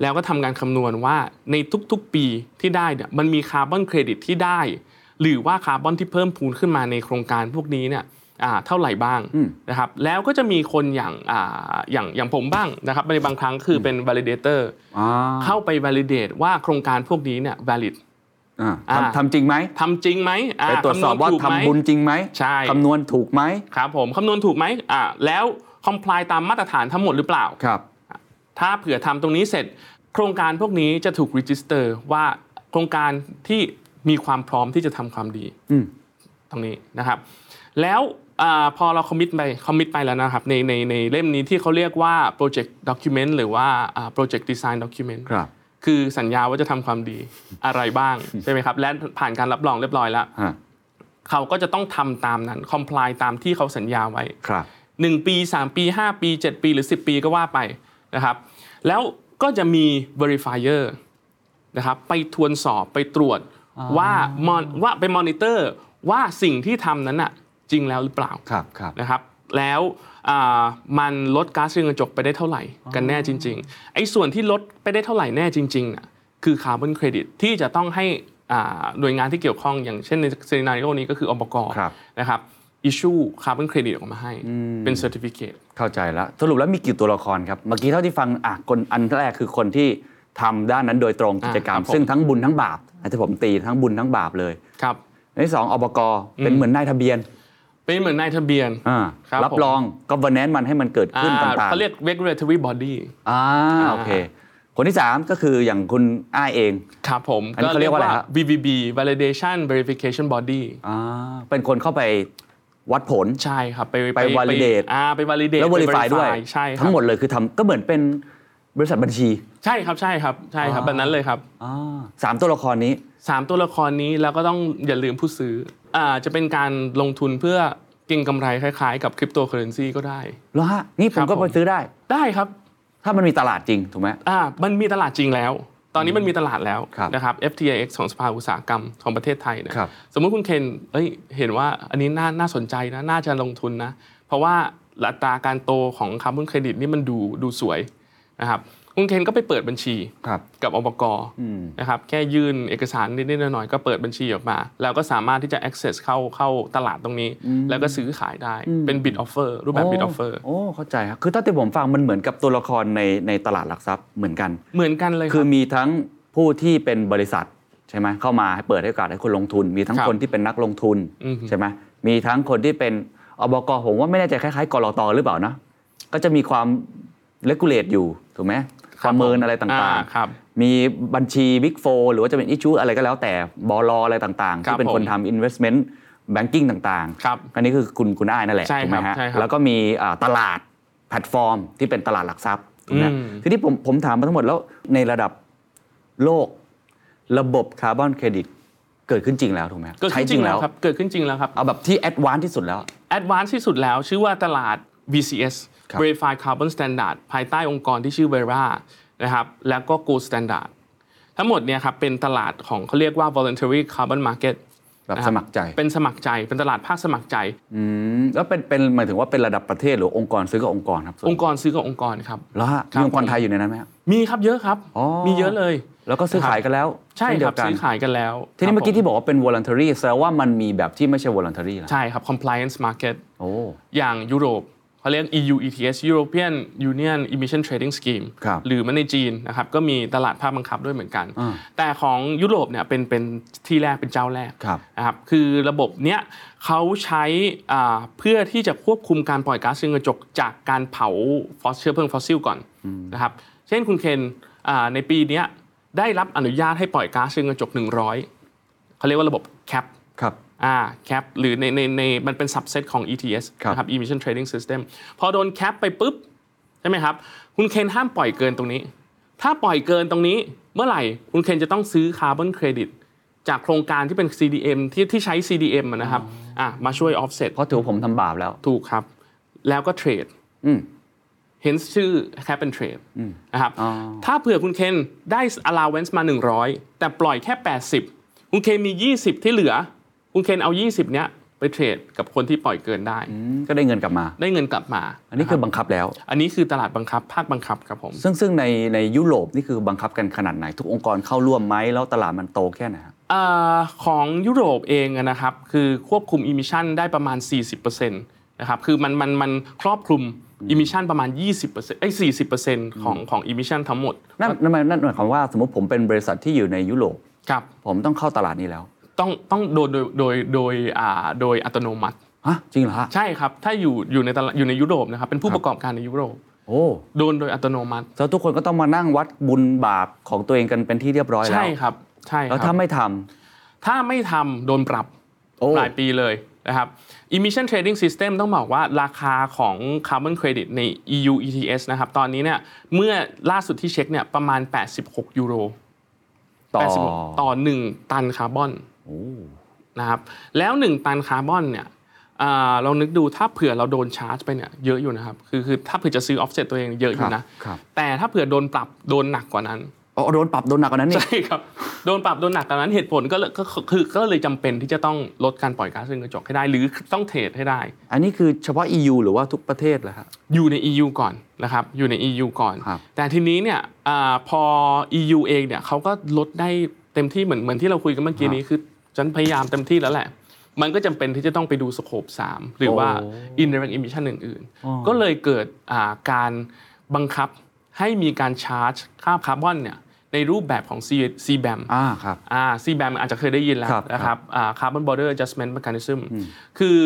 [SPEAKER 1] แล้วก็ทำการคำนวณว่าในทุกๆปีที่ได้เนี่ยมันมีคาร์บอนเครดิตที่ได้ หรือว่าคาร์บอนที่เพิ่มพูนขึ้นมาในโครงการพวกนี้เนี่ยอ่าเท่าไหร่บ้างนะครับแล้วก็จะมีคนอย่างอ่าอย่างอย่างผมบ้างนะครับในบางครั้งคือเป็น validator
[SPEAKER 2] อ่า
[SPEAKER 1] เข้าไป validate ว่าโครงการพวกนี้เนี่ย valid
[SPEAKER 2] อ่า
[SPEAKER 1] อ่า
[SPEAKER 2] ทำทำจริงไหม
[SPEAKER 1] ทำจริงไหมอ่า
[SPEAKER 2] ไปตรวจสอบ
[SPEAKER 1] คำน
[SPEAKER 2] ว่าน
[SPEAKER 1] ถูก
[SPEAKER 2] ทำ
[SPEAKER 1] ไหม
[SPEAKER 2] บุญจริงไหม
[SPEAKER 1] ใช่
[SPEAKER 2] คำนวณถูกไหม
[SPEAKER 1] ครับผมคำนวณถูกไหมอ่าแล้วคอมพลายตามมาตรฐานทั้งหมดหรือเปล่า
[SPEAKER 2] ครับ
[SPEAKER 1] ถ้าเผื่อทำตรงนี้เสร็จ โครงการพวกนี้จะถูกรีจิสเตอร์ว่าโครงการที่มีความพร้อมที่จะทำความดี
[SPEAKER 2] อืม
[SPEAKER 1] ตรงนี้นะครับ แล้วอาพอเราคอมมิตไปคอมมิตไปแล้วนะครับในในในเล่มนี้ที่เขาเรียกว่าโปรเจกต์ด็อกิเมนต์หรือว่าโปรเจกต์ดีไซน์ด็อกิเมนต์
[SPEAKER 2] ครับ
[SPEAKER 1] คือสัญญาว่าจะทำความดีอะไรบ้าง ใช่ไหมครับ และผ่านการรับรองเรียบร้อยแล้ว
[SPEAKER 2] ฮะ
[SPEAKER 1] เขาก็จะต้องทำตามนั้นคอมพลายตามที่เขาสัญญาไว้
[SPEAKER 2] ครับ
[SPEAKER 1] 1 ปี 3 ปี 5 ปี 7 ปี หรือ 10 ปีก็ว่าไปนะครับ แล้วก็จะมี verifier นะครับไปทวนสอบไปตรวจว่ามอนว่าไปมอนิเตอร์ว่าสิ่งที่ทำนั้นน่ะจริงแล้วหรือเปล่า
[SPEAKER 2] ครับ ครับ
[SPEAKER 1] นะครับ แล้วอ่ามันลดก๊าซเรือนกระจกไปได้เท่าไหร่กันแน่จริงๆไอ้ส่วนที่ลดไปได้เท่าไหร่แน่จริงๆน่ะคือคาร์บอนเครดิตที่จะต้องให้อ่าหน่วยงานที่เกี่ยวข้องอย่างเช่นในซีนารีโอนี้ก็คืออปกร
[SPEAKER 2] ครับ
[SPEAKER 1] นะครับ issue carbon credit ออกมาให้ เป็น certificate
[SPEAKER 2] เข้าใจแล้ว สรุปแล้วมีกี่ตัวละครครับ เมื่อกี้เท่าที่ฟังอ่ะคนอันแรกคือคนที่ทำด้านนั้นโดยตรงกิจกรรม
[SPEAKER 1] อ่าครับผม
[SPEAKER 2] ซึ่งทั้งบุญทั้งบาปอาจจะผมตีทั้งบุญทั้งบาปเลย
[SPEAKER 1] ครับ
[SPEAKER 2] ในที่สองอบกเป็นเหมือนนายทะเบียน
[SPEAKER 1] เป็นเหมือนนายทะเบียน
[SPEAKER 2] อ่า
[SPEAKER 1] ครับ
[SPEAKER 2] รับ
[SPEAKER 1] ผม
[SPEAKER 2] รองก็ v e r n a n c e มันให้มันเกิดขึ้น
[SPEAKER 1] อ่า
[SPEAKER 2] ต่าง
[SPEAKER 1] เขาเรียก regulatory body
[SPEAKER 2] ๆอ่าโอเค คนที่สามก็คืออย่างคุณอ้ายเอง
[SPEAKER 1] ครับผม
[SPEAKER 2] อันนี้เขาเรียกว่าอะไรครับ
[SPEAKER 1] VVB validation verification body
[SPEAKER 2] อ่าเป็นคนเข้าไปวัดผล
[SPEAKER 1] ใช่ครับ ไป
[SPEAKER 2] ไป validate
[SPEAKER 1] อ่าไป validate
[SPEAKER 2] แล้ว
[SPEAKER 1] ไป
[SPEAKER 2] verify ด้วย
[SPEAKER 1] ใช่ครับ
[SPEAKER 2] ทั้งหมดเลยคือทำก็เหมือนเป็นบริษัทบัญชี
[SPEAKER 1] ใช่ครับ ใช่ครับใช่ครับ
[SPEAKER 2] อ่า
[SPEAKER 1] แบบนั้นเลยครับ
[SPEAKER 2] สามตัวละครนี้
[SPEAKER 1] สามตัวละครนี้แล้วก็ต้องอย่าลืมผู้ซื้ออ่าจะเป็นการลงทุนเพื่อเก็งกำไรคล้ายๆ กับคริปโตเคอเรนซีก็ได้
[SPEAKER 2] แล้วฮะ นี่ผ
[SPEAKER 1] ครั
[SPEAKER 2] ม
[SPEAKER 1] บ
[SPEAKER 2] ก็
[SPEAKER 1] ผม
[SPEAKER 2] ไปซื้อได้
[SPEAKER 1] ได้ครับ
[SPEAKER 2] ถ้ามันมีตลาดจริง ถูกไหม
[SPEAKER 1] อ่ามันมีตลาดจริงแล้ว ตอนนี้มันมีตลาดแล้ว
[SPEAKER 2] ครับ
[SPEAKER 1] นะครับ FTX ของสภาอุตสาหกรรมของประเทศไทยนะครับ สมมุติคุณเคนเอ้ยเห็นว่าอันนี้น่าน่าสนใจนะน่าจะลงทุนนะ เพราะว่าอัตราการโตของคาร์บอนเครดิตนี่มันดูดูสวยนะครับ กรุงเทนก็ไปเปิดบัญชี
[SPEAKER 2] ครับ
[SPEAKER 1] กับอบกนะครับแค่ยื่นเอกสารนิดๆหน่อยๆก็เปิดบัญชีออกมา แล้วก็สามารถที่จะ access เข้าเข้าตลาดตรงนี้ แล้วก็ซื้อขายได้เป็น bid offer รูปแบบ bid offer
[SPEAKER 2] โอ้เข้าใจครับคือถ้าที่ผมฟังมันเหมือนกับตัวละครในในตลาดหลักทรัพย์เหมือนกัน
[SPEAKER 1] เหมือนกันเลยรับ
[SPEAKER 2] คือมีทั้งผู้ที่เป็นบริษัทใช่ไหมเข้ามาให้เปิดให้โอกาสให้คนลงทุน มีทั้ง
[SPEAKER 1] ครับ
[SPEAKER 2] คนที่เป็นนักลงทุน
[SPEAKER 1] อือฮึ
[SPEAKER 2] ใช่ไหมมีทั้งคนที่เป็นอบกผมว่าไม่แน่ใจคล้ายๆกรอตหรือเปล่านะก็จะมีความเลกูเลตอยู่ถูกไหมประเมินอะไรต่าง
[SPEAKER 1] ครับ
[SPEAKER 2] ๆ มีบัญชีบิ๊กโฟหรือว่าจะเป็นอิชูอะไรก็แล้วแต่บอลออะไรต่างๆ
[SPEAKER 1] ครั
[SPEAKER 2] ที่
[SPEAKER 1] บ
[SPEAKER 2] เป็นคน
[SPEAKER 1] ผม
[SPEAKER 2] ทำ investment banking ต่าง
[SPEAKER 1] ครับ
[SPEAKER 2] อันนี้คือคุณคุณอ้ายนั่นแหละ
[SPEAKER 1] ใช่
[SPEAKER 2] ถูกไหม
[SPEAKER 1] ครับ
[SPEAKER 2] ฮะ
[SPEAKER 1] ใช่ครับ
[SPEAKER 2] แล้วก็มีอ่าตลาดแพลตฟอร์ม ที่เป็นตลาดหลักทรัพย์ถูกไหม
[SPEAKER 1] อืม
[SPEAKER 2] ทีนี้ผมผมถามมาทั้งหมดแล้วในระดับ โลกระบบคาร์บอนเครดิตเกิดขึ้นจริงแล้วถูกไหม
[SPEAKER 1] เกิด
[SPEAKER 2] ใช้
[SPEAKER 1] ขึ้นจริงแล้วครับเกิดขึ้นจริงแล้วครับ
[SPEAKER 2] เอาแบบที่แอดวานที่สุดแล้ว
[SPEAKER 1] แอดวานซ์ที่สุดแล้วชื่อว่าตลาด VCS
[SPEAKER 2] ครับ
[SPEAKER 1] Verified Carbon Standard ภายใต้องค์กรที่ชื่อ Vera นะครับ แล้วก็ Gold Standard ทั้งหมดเนี่ยครับเป็นตลาดของเขาเรียกว่า voluntary carbon market
[SPEAKER 2] แบบ
[SPEAKER 1] นะค
[SPEAKER 2] ส
[SPEAKER 1] รับ
[SPEAKER 2] มัครใจ
[SPEAKER 1] เป็นสมัครใจ เป็นตลาดภาคสมัครใจ
[SPEAKER 2] อืมแล้วเป็นเป็นหมายถึงว่าเป็นระดับประเทศหรือองค์กรซื้อกับองค์กรครับส่วน
[SPEAKER 1] องค์กรซื้อกับองค์กรครับ
[SPEAKER 2] แล้วฮะ
[SPEAKER 1] ครับ
[SPEAKER 2] มีองค์กรไทยอยู่ในนั้นไหมฮะ
[SPEAKER 1] มีครับเยอะครับ
[SPEAKER 2] อ๋อ
[SPEAKER 1] มีเยอะเลย
[SPEAKER 2] แล้วก็ซื้อขายกันแล้ว
[SPEAKER 1] ใช่
[SPEAKER 2] เช่น
[SPEAKER 1] ค
[SPEAKER 2] เดี
[SPEAKER 1] รั
[SPEAKER 2] ย
[SPEAKER 1] บ
[SPEAKER 2] วกัน
[SPEAKER 1] ซื้อขายกันแล้ว
[SPEAKER 2] ทีนี้เมื่อกี้
[SPEAKER 1] ครับผ
[SPEAKER 2] ที่บอกว่าเป็น voluntary แสดงว่ามันมีแบบที่ไม่ใช่ voluntary แล้ว
[SPEAKER 1] ใช่ครับ compliance market
[SPEAKER 2] โอ้
[SPEAKER 1] อย่างยุโรปเขาเรียก EU ETS European Union Emission Trading Scheme
[SPEAKER 2] ครับ
[SPEAKER 1] หรือมันในจีนนะครับก็มีตลาดภาคบังคับด้วยเหมือนกัน
[SPEAKER 2] อ่า
[SPEAKER 1] แต่ของยุโรปเนี่ยเป็นเป็นที่แรกเป็นเจ้าแรก
[SPEAKER 2] ครับ
[SPEAKER 1] นะครับคือระบบเนี้ยเขาใช้อ่าเพื่อที่จะควบคุมการปล่อยก๊าซเรือนกระจกจากการเผาฟอสเชื้อเพลิงฟอสซิลก่อนนะครับเช่นคุณเคนอ่าในปีเนี้ยได้รับอนุญาตให้ปล่อยก๊าซเรือนกระจก 100เขาเรียกว่าระบบ cap
[SPEAKER 2] ครับ
[SPEAKER 1] อ่าแคปหรือในในในมันเป็น subset ของ ETS
[SPEAKER 2] ครับ
[SPEAKER 1] นะครับ Emission Trading System พอโดนแคปไปปุ๊บ ใช่ไหมครับ คุณเคนห้ามปล่อยเกินตรงนี้ ถ้าปล่อยเกินตรงนี้เมื่อไหร่ คุณเคนจะต้องซื้อคาร์บอนเครดิตจากโครงการที่เป็น CDM ที่ที่ใช้ CDM อะนะครับอ่ะมาช่วย offset
[SPEAKER 2] เพราะถือว่าผมทำบาปแล้ว
[SPEAKER 1] ถูกครับ แล้วก็เทรด
[SPEAKER 2] อืม
[SPEAKER 1] เห็นชื่อแคปเป็นเทรดนะครับ
[SPEAKER 2] อ๋อ
[SPEAKER 1] ถ้าเผื่อคุณเคนได้ allowance มา 100 แต่ปล่อยแค่ 80 คุณเคนมี 20 ที่เหลือ คุณเคนเอา 20 เนี้ยไปเทรดกับคนที่ปล่อยเกินได้
[SPEAKER 2] อืมก็ได้เงินกลับมา
[SPEAKER 1] ได้เงินกลับมา
[SPEAKER 2] อันนี้คือบังคับแล้ว
[SPEAKER 1] อันนี้คือตลาดบังคับ ภาคบังคับครับผม
[SPEAKER 2] ซึ่งซึ่งในในยุโรปนี่คือบังคับกันขนาดไหน ทุกองค์กรเข้าร่วมไหมแล้วตลาดมันโตแค่ไหนฮะ
[SPEAKER 1] เออของยุโรปเองอะนะครับคือควบคุมอิมิชันได้ประมาณ 40%นะครับคือมันมันมันครอบคลุมอิมิชันประมาณ 20%เอ้ย40%ของของอิมิชันทั้งหมด
[SPEAKER 2] นั่นนั่นหมายนั่นหมายความว่าสมมติผมเป็นบริษัทที่อยู่ในยุโรป
[SPEAKER 1] ครับ
[SPEAKER 2] ผมต้องเข้าตลาดนี้แล้ว
[SPEAKER 1] ต้องต้องโดนโดยโดยโดยอ่าโดยอัตโนมัติ
[SPEAKER 2] ฮะ จริงเหรอฮะ
[SPEAKER 1] ใช่ครับ ถ้าอยู่อยู่ในตลาดอยู่ในยุโรปนะครับ เป็นผู้ประกอบการในยุโรป
[SPEAKER 2] โอ้
[SPEAKER 1] โดนโดยอัตโนมัติ
[SPEAKER 2] แล้วทุกคนก็ต้องมานั่งวัดบุญบาปของตัวเองกันเป็นที่เรียบร้อยแล้ว
[SPEAKER 1] ใช่ครับ ใช่ค
[SPEAKER 2] แล้ว
[SPEAKER 1] รั
[SPEAKER 2] ถ้า
[SPEAKER 1] บ
[SPEAKER 2] ไม่ทำ
[SPEAKER 1] ถ้าไม่ทำโดนปรับ
[SPEAKER 2] โอ้
[SPEAKER 1] หลายปีเลยนะครับ Emission Trading System ต้องบอกว่าราคาของ Carbon Credit ใน EU ETS นะครับ ตอนนี้เนี่ยเมื่อล่าสุดที่เช็คเนี่ยประมาณ 86 ยูโร
[SPEAKER 2] ต่อ
[SPEAKER 1] 86ต่อ 1 ตันคาร์บอนนะครับแล้ว 1 ตันคาร์บอนเนี่ยอ่าเรานึกดูถ้าเผื่อเราโดนชาร์จไปเนี่ยเยอะอยู่นะครับ คือคือถ้าเผื่อจะซื้อ offset ตัวเองเยอะอ
[SPEAKER 2] ครั
[SPEAKER 1] ยู่
[SPEAKER 2] บ
[SPEAKER 1] นะ
[SPEAKER 2] ครับ
[SPEAKER 1] แต่ถ้าเผื่อโดนปรับโดนหนักกว่านั้น
[SPEAKER 2] อ๋อโดนปรับโดนหนักกว่านั้นนี่
[SPEAKER 1] ใช่ครับ โดนปรับโดนหนักกว่านั้นเหตุผลก็เลยก็ก็คือก็เลยจำเป็นที่จะต้องลดการปล่อยก๊าซเรือนกระจกให้ได้ หรือต้องเทรดให้ได้
[SPEAKER 2] อันนี้คือเฉพาะ EU หรือว่าทุกประเทศเหรอฮะ
[SPEAKER 1] อยู่ใน EU ก่อนนะครับอยู่ใน EU ก่อน
[SPEAKER 2] ครับ
[SPEAKER 1] แต่ทีนี้เนี่ยอาพอ EU เองเนี่ยเขาก็ลดได้เต็มที่เหมือนเหมือนที่เราคุยกันเมื่อกี้นี้คือฉันพยายามเต็มที่แล้วแหละ มันก็จำเป็นที่จะต้องไปดูสโคป3หรือว่า indirect emission อื่นๆ ก็เลยเกิดอ่าการบังคับให้มีการชาร์จค่าคาร์บอนเนี่ยในรูปแบบของ C- CBAM
[SPEAKER 2] อ่าครับ
[SPEAKER 1] อ่าซีแบมอาจจะเคยได้ยินแล้ว
[SPEAKER 2] ครับ
[SPEAKER 1] นะครับคาร์บอนบอร์เดอร์จัสเมนต์ m ม c า a ิซึมคือ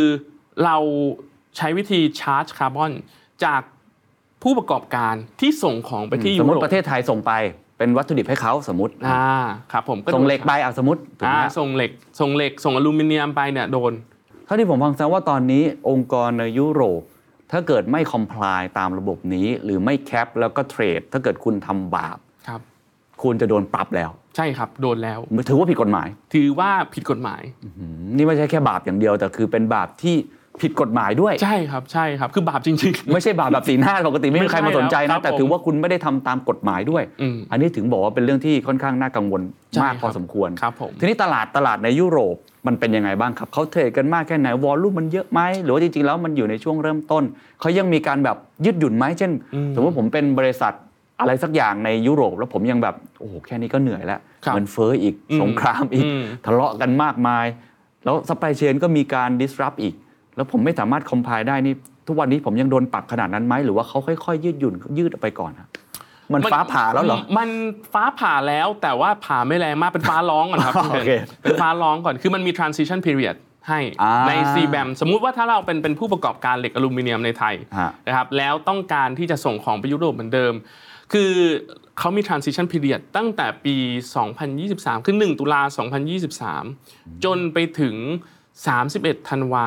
[SPEAKER 1] เราใช้วิธีชาร์จคาร์บอนจากผู้ประกอบการที่ส่งของไปที่
[SPEAKER 2] ส
[SPEAKER 1] ยุ
[SPEAKER 2] มม
[SPEAKER 1] โร
[SPEAKER 2] ติ
[SPEAKER 1] ป
[SPEAKER 2] ประเทศไทยส่งไปเป็นวัตถุดิบให้เขาสมมติ
[SPEAKER 1] อ่าครับผม
[SPEAKER 2] ส่งเหล็กไปอ่ะสมมติถูกไหม
[SPEAKER 1] อ่า
[SPEAKER 2] ฮะ
[SPEAKER 1] ส่งเหล็ก ส่งเหล็ก ส่งอลูมิเนียมไปเนี่ยโดน
[SPEAKER 2] เท่าที่ผมฟังแซวว่าตอนนี้องค์กรในยุโรป ถ้าเกิดไม่คอมพลายตามระบบนี้ หรือไม่แคปแล้วก็เทรด ถ้าเกิดคุณทำบาป
[SPEAKER 1] ครับ
[SPEAKER 2] คุณจะโดนปรับแล้ว
[SPEAKER 1] ใช่ครับ โดนแล้ว
[SPEAKER 2] ถือว่าผิดกฎหมาย
[SPEAKER 1] ถือว่าผิดกฎหมาย
[SPEAKER 2] อืมนี่ไม่ใช่แค่บาปอย่างเดียว แต่คือเป็นบาปที่ผิดกฎหมายด้วย
[SPEAKER 1] ใช่ครับ ใช่ครับ คือบาปจริง
[SPEAKER 2] ไม่ใช่บาปแบบสีหน้าปกติไม่มีใครมาสนใจ
[SPEAKER 1] ครั
[SPEAKER 2] นะ
[SPEAKER 1] บ
[SPEAKER 2] แต่ถือว่าคุณไม่ได้ทำตามกฎหมายด้วย
[SPEAKER 1] อืม
[SPEAKER 2] อันนี้ถึงบอกว่าเป็นเรื่องที่ค่อนข้างน่ากังวล
[SPEAKER 1] ใช่
[SPEAKER 2] มากพอ
[SPEAKER 1] ครับ
[SPEAKER 2] สมควร
[SPEAKER 1] ครับผม
[SPEAKER 2] ทีนี้ตลาดตลาดในยุโรปมันเป็นยังไงบ้างครับเขาเทรดกันมากแค่ไหนวอลลุ่มมันเยอะไหมหรือว่าจริงๆแล้วมันอยู่ในช่วงเริ่มต้นเขายังมีการแบบยืดหยุ่นไหมเช่น สมมติผมเป็นบริษัท อะไรสักอย่างในยุโรปแล้วผมยังแบบโอ้โหแค่นี้ก็เหนื่อยแล้ว
[SPEAKER 1] ครับ
[SPEAKER 2] มันเฟ้ออีก
[SPEAKER 1] อืม
[SPEAKER 2] สงครามอีก
[SPEAKER 1] อืม
[SPEAKER 2] ทะเลาะกันมากมาย แล้วสปายเชนก็มีการ disrupt อีก แล้วผมไม่สามารถคอมไพล์ได้นี่ทุกวันนี้ผมยังโดนปรับขนาดนั้นไหมหรือว่าเขาค่อยๆ ยืดหยุ่นยืดออกไปก่อนฮะมันฟ้าผ่าแล้วเหรอ
[SPEAKER 1] มันฟ้าผ่าแล้วแต่ว่าผ่าไม่แรงมากเป็นฟ้าร้องก่อนครับ
[SPEAKER 2] โอเค
[SPEAKER 1] เป็นฟ้าร้องก่อนคือมันมี transition period ให้
[SPEAKER 2] อ่า
[SPEAKER 1] ใน c b a m สมมุติว่าถ้าเราเป็นเป็นผู้ประกอบการเหล็กอลูมิเนียมในไทย
[SPEAKER 2] ฮะ
[SPEAKER 1] นะครับแล้วต้องการที่จะส่งของไปยุโรปเหมือนเดิม คือเขามี transition period ตั้งแต่ปี 2023 คือ 1 ตุลา 2023 จนไปถึง 31 ธันวา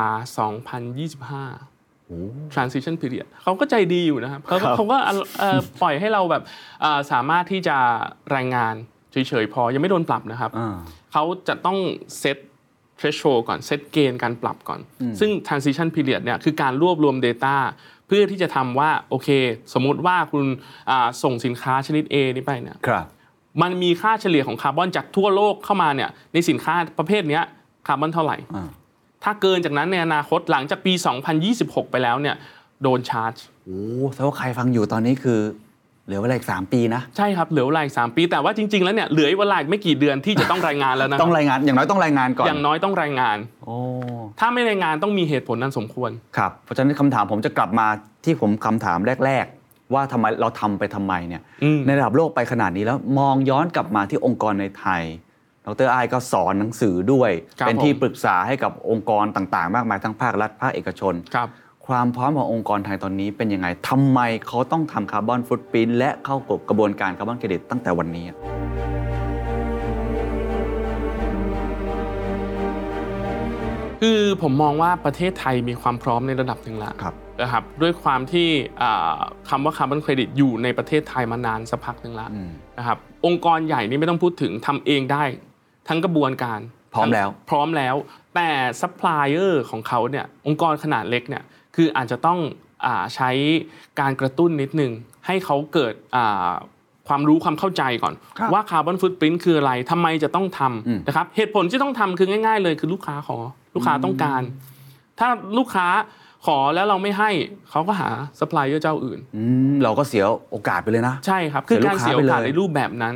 [SPEAKER 1] 2025 transition period เขาก็ใจดีอยู่นะครับเขาก็เขาก็เอาเอ่อปล่อยให้เราแบบเอ่อสามารถที่จะรายงานเฉยๆพอยังไม่โดนปรับนะครับ
[SPEAKER 2] อ่า
[SPEAKER 1] เขาจะต้องเซต threshold ก่อนเซตเกณฑ์การปรับก่อน ซึ่ง transition period เนี่ยคือการรวบรวม Data เพื่อที่จะทำว่า โอเค สมมติว่าคุณอ่าส่งสินค้าชนิด A นี้ไปเนี่ย
[SPEAKER 2] ครับ
[SPEAKER 1] มันมีค่าเฉลี่ยของคาร์บอนจากทั่วโลกเข้ามาเนี่ยในสินค้าประเภทเนี้ยคาร์บอนเท่าไหร่
[SPEAKER 2] อ่า
[SPEAKER 1] ถ้าเกินจากนั้นในอนาคตหลังจากปี 2026 ไปแล้วเนี่ยโดนชาร์จ
[SPEAKER 2] โอ้แสดงว่าใครฟังอยู่ตอนนี้คือ เหลือเวลาอีกสามปีนะ
[SPEAKER 1] ใช่ครับ เหลือเวลาอีกสามปี แต่ว่าจริง ๆ แล้วเนี่ยเหลือเวลาอีกไม่กี่เดือนที่จะต้องรายงานแล้วนะค
[SPEAKER 2] ต้
[SPEAKER 1] รั
[SPEAKER 2] อบ งรายงานอย่างน้อยต้องรายงานก่อน
[SPEAKER 1] อย่างน้อยต้องรายงาน
[SPEAKER 2] โอ้
[SPEAKER 1] ถ้าไม่รายงานต้องมีเหตุผลนั้นสมควร
[SPEAKER 2] ครับเพราะฉะนั้นคำถามผมจะกลับมาที่ผมคำถามแรก ๆ ว่าทำไมเราทำไปทำไมเนี่ย
[SPEAKER 1] อืม
[SPEAKER 2] ในระดับโลกไปขนาดนี้แล้วมองย้อนกลับมาที่องค์กรในไทยดรไอายก็สอนหนังสือด้วย
[SPEAKER 1] ครับ
[SPEAKER 2] เป็นที่
[SPEAKER 1] ผม
[SPEAKER 2] ปรึกษาให้กับองค์กรต่างๆ มากมายทั้งภาครัฐภาคเอกชน
[SPEAKER 1] ครับ
[SPEAKER 2] ความพร้อมขององค์กรไทยตอนนี้เป็นยังไงทำไมเขาต้องทำคาร์บอนฟุตปรินท์และเข้ากระบวนการคาร์บอนเครดิตตั้งแต่วันนี้อะ
[SPEAKER 1] คือผมมองว่าประเทศไทยมีความพร้อมในระดับหนึ่งละ
[SPEAKER 2] ครับ
[SPEAKER 1] นะครับด้วยความที่อ่าคำว่าคาร์บอนเครดิตอยู่ในประเทศไทยมานานสักพักหนึ่งละ
[SPEAKER 2] อืม
[SPEAKER 1] นะครับองค์กรใหญ่นี่ไม่ต้องพูดถึงทำเองได้ ทั้งกระบวนการ
[SPEAKER 2] พร้อมแล้ว
[SPEAKER 1] ทั้งพร้อมแล้ว แต่ซัพพลายเออร์ของเขาเนี่ยองค์กรขนาดเล็กเนี่ยคืออาจจะต้องอาใช้การกระตุ้นนิดนึง ให้เขาเกิดอ่าความรู้ความเข้าใจก่อน ว่าคาร์บอนฟุตปรินต์คืออะไรทำไมจะต้องทำนะครับเหตุผลที่ต้องทำคือง่าย ๆ เลยคือลูกค้าขอลูกค้าต้องการ ถ้าลูกค้าขอแล้วเราไม่ให้เขาก็หาซัพพลายเออร์เจ้าอื่น
[SPEAKER 2] อืมเราก็เสียโอกาสไปเลยนะ
[SPEAKER 1] ใช่ครับ คือการ
[SPEAKER 2] เสี
[SPEAKER 1] เสีย
[SPEAKER 2] ยลู
[SPEAKER 1] โอกา
[SPEAKER 2] ค้าก
[SPEAKER 1] ส
[SPEAKER 2] ไปเลย
[SPEAKER 1] ในรูปแบบนั้น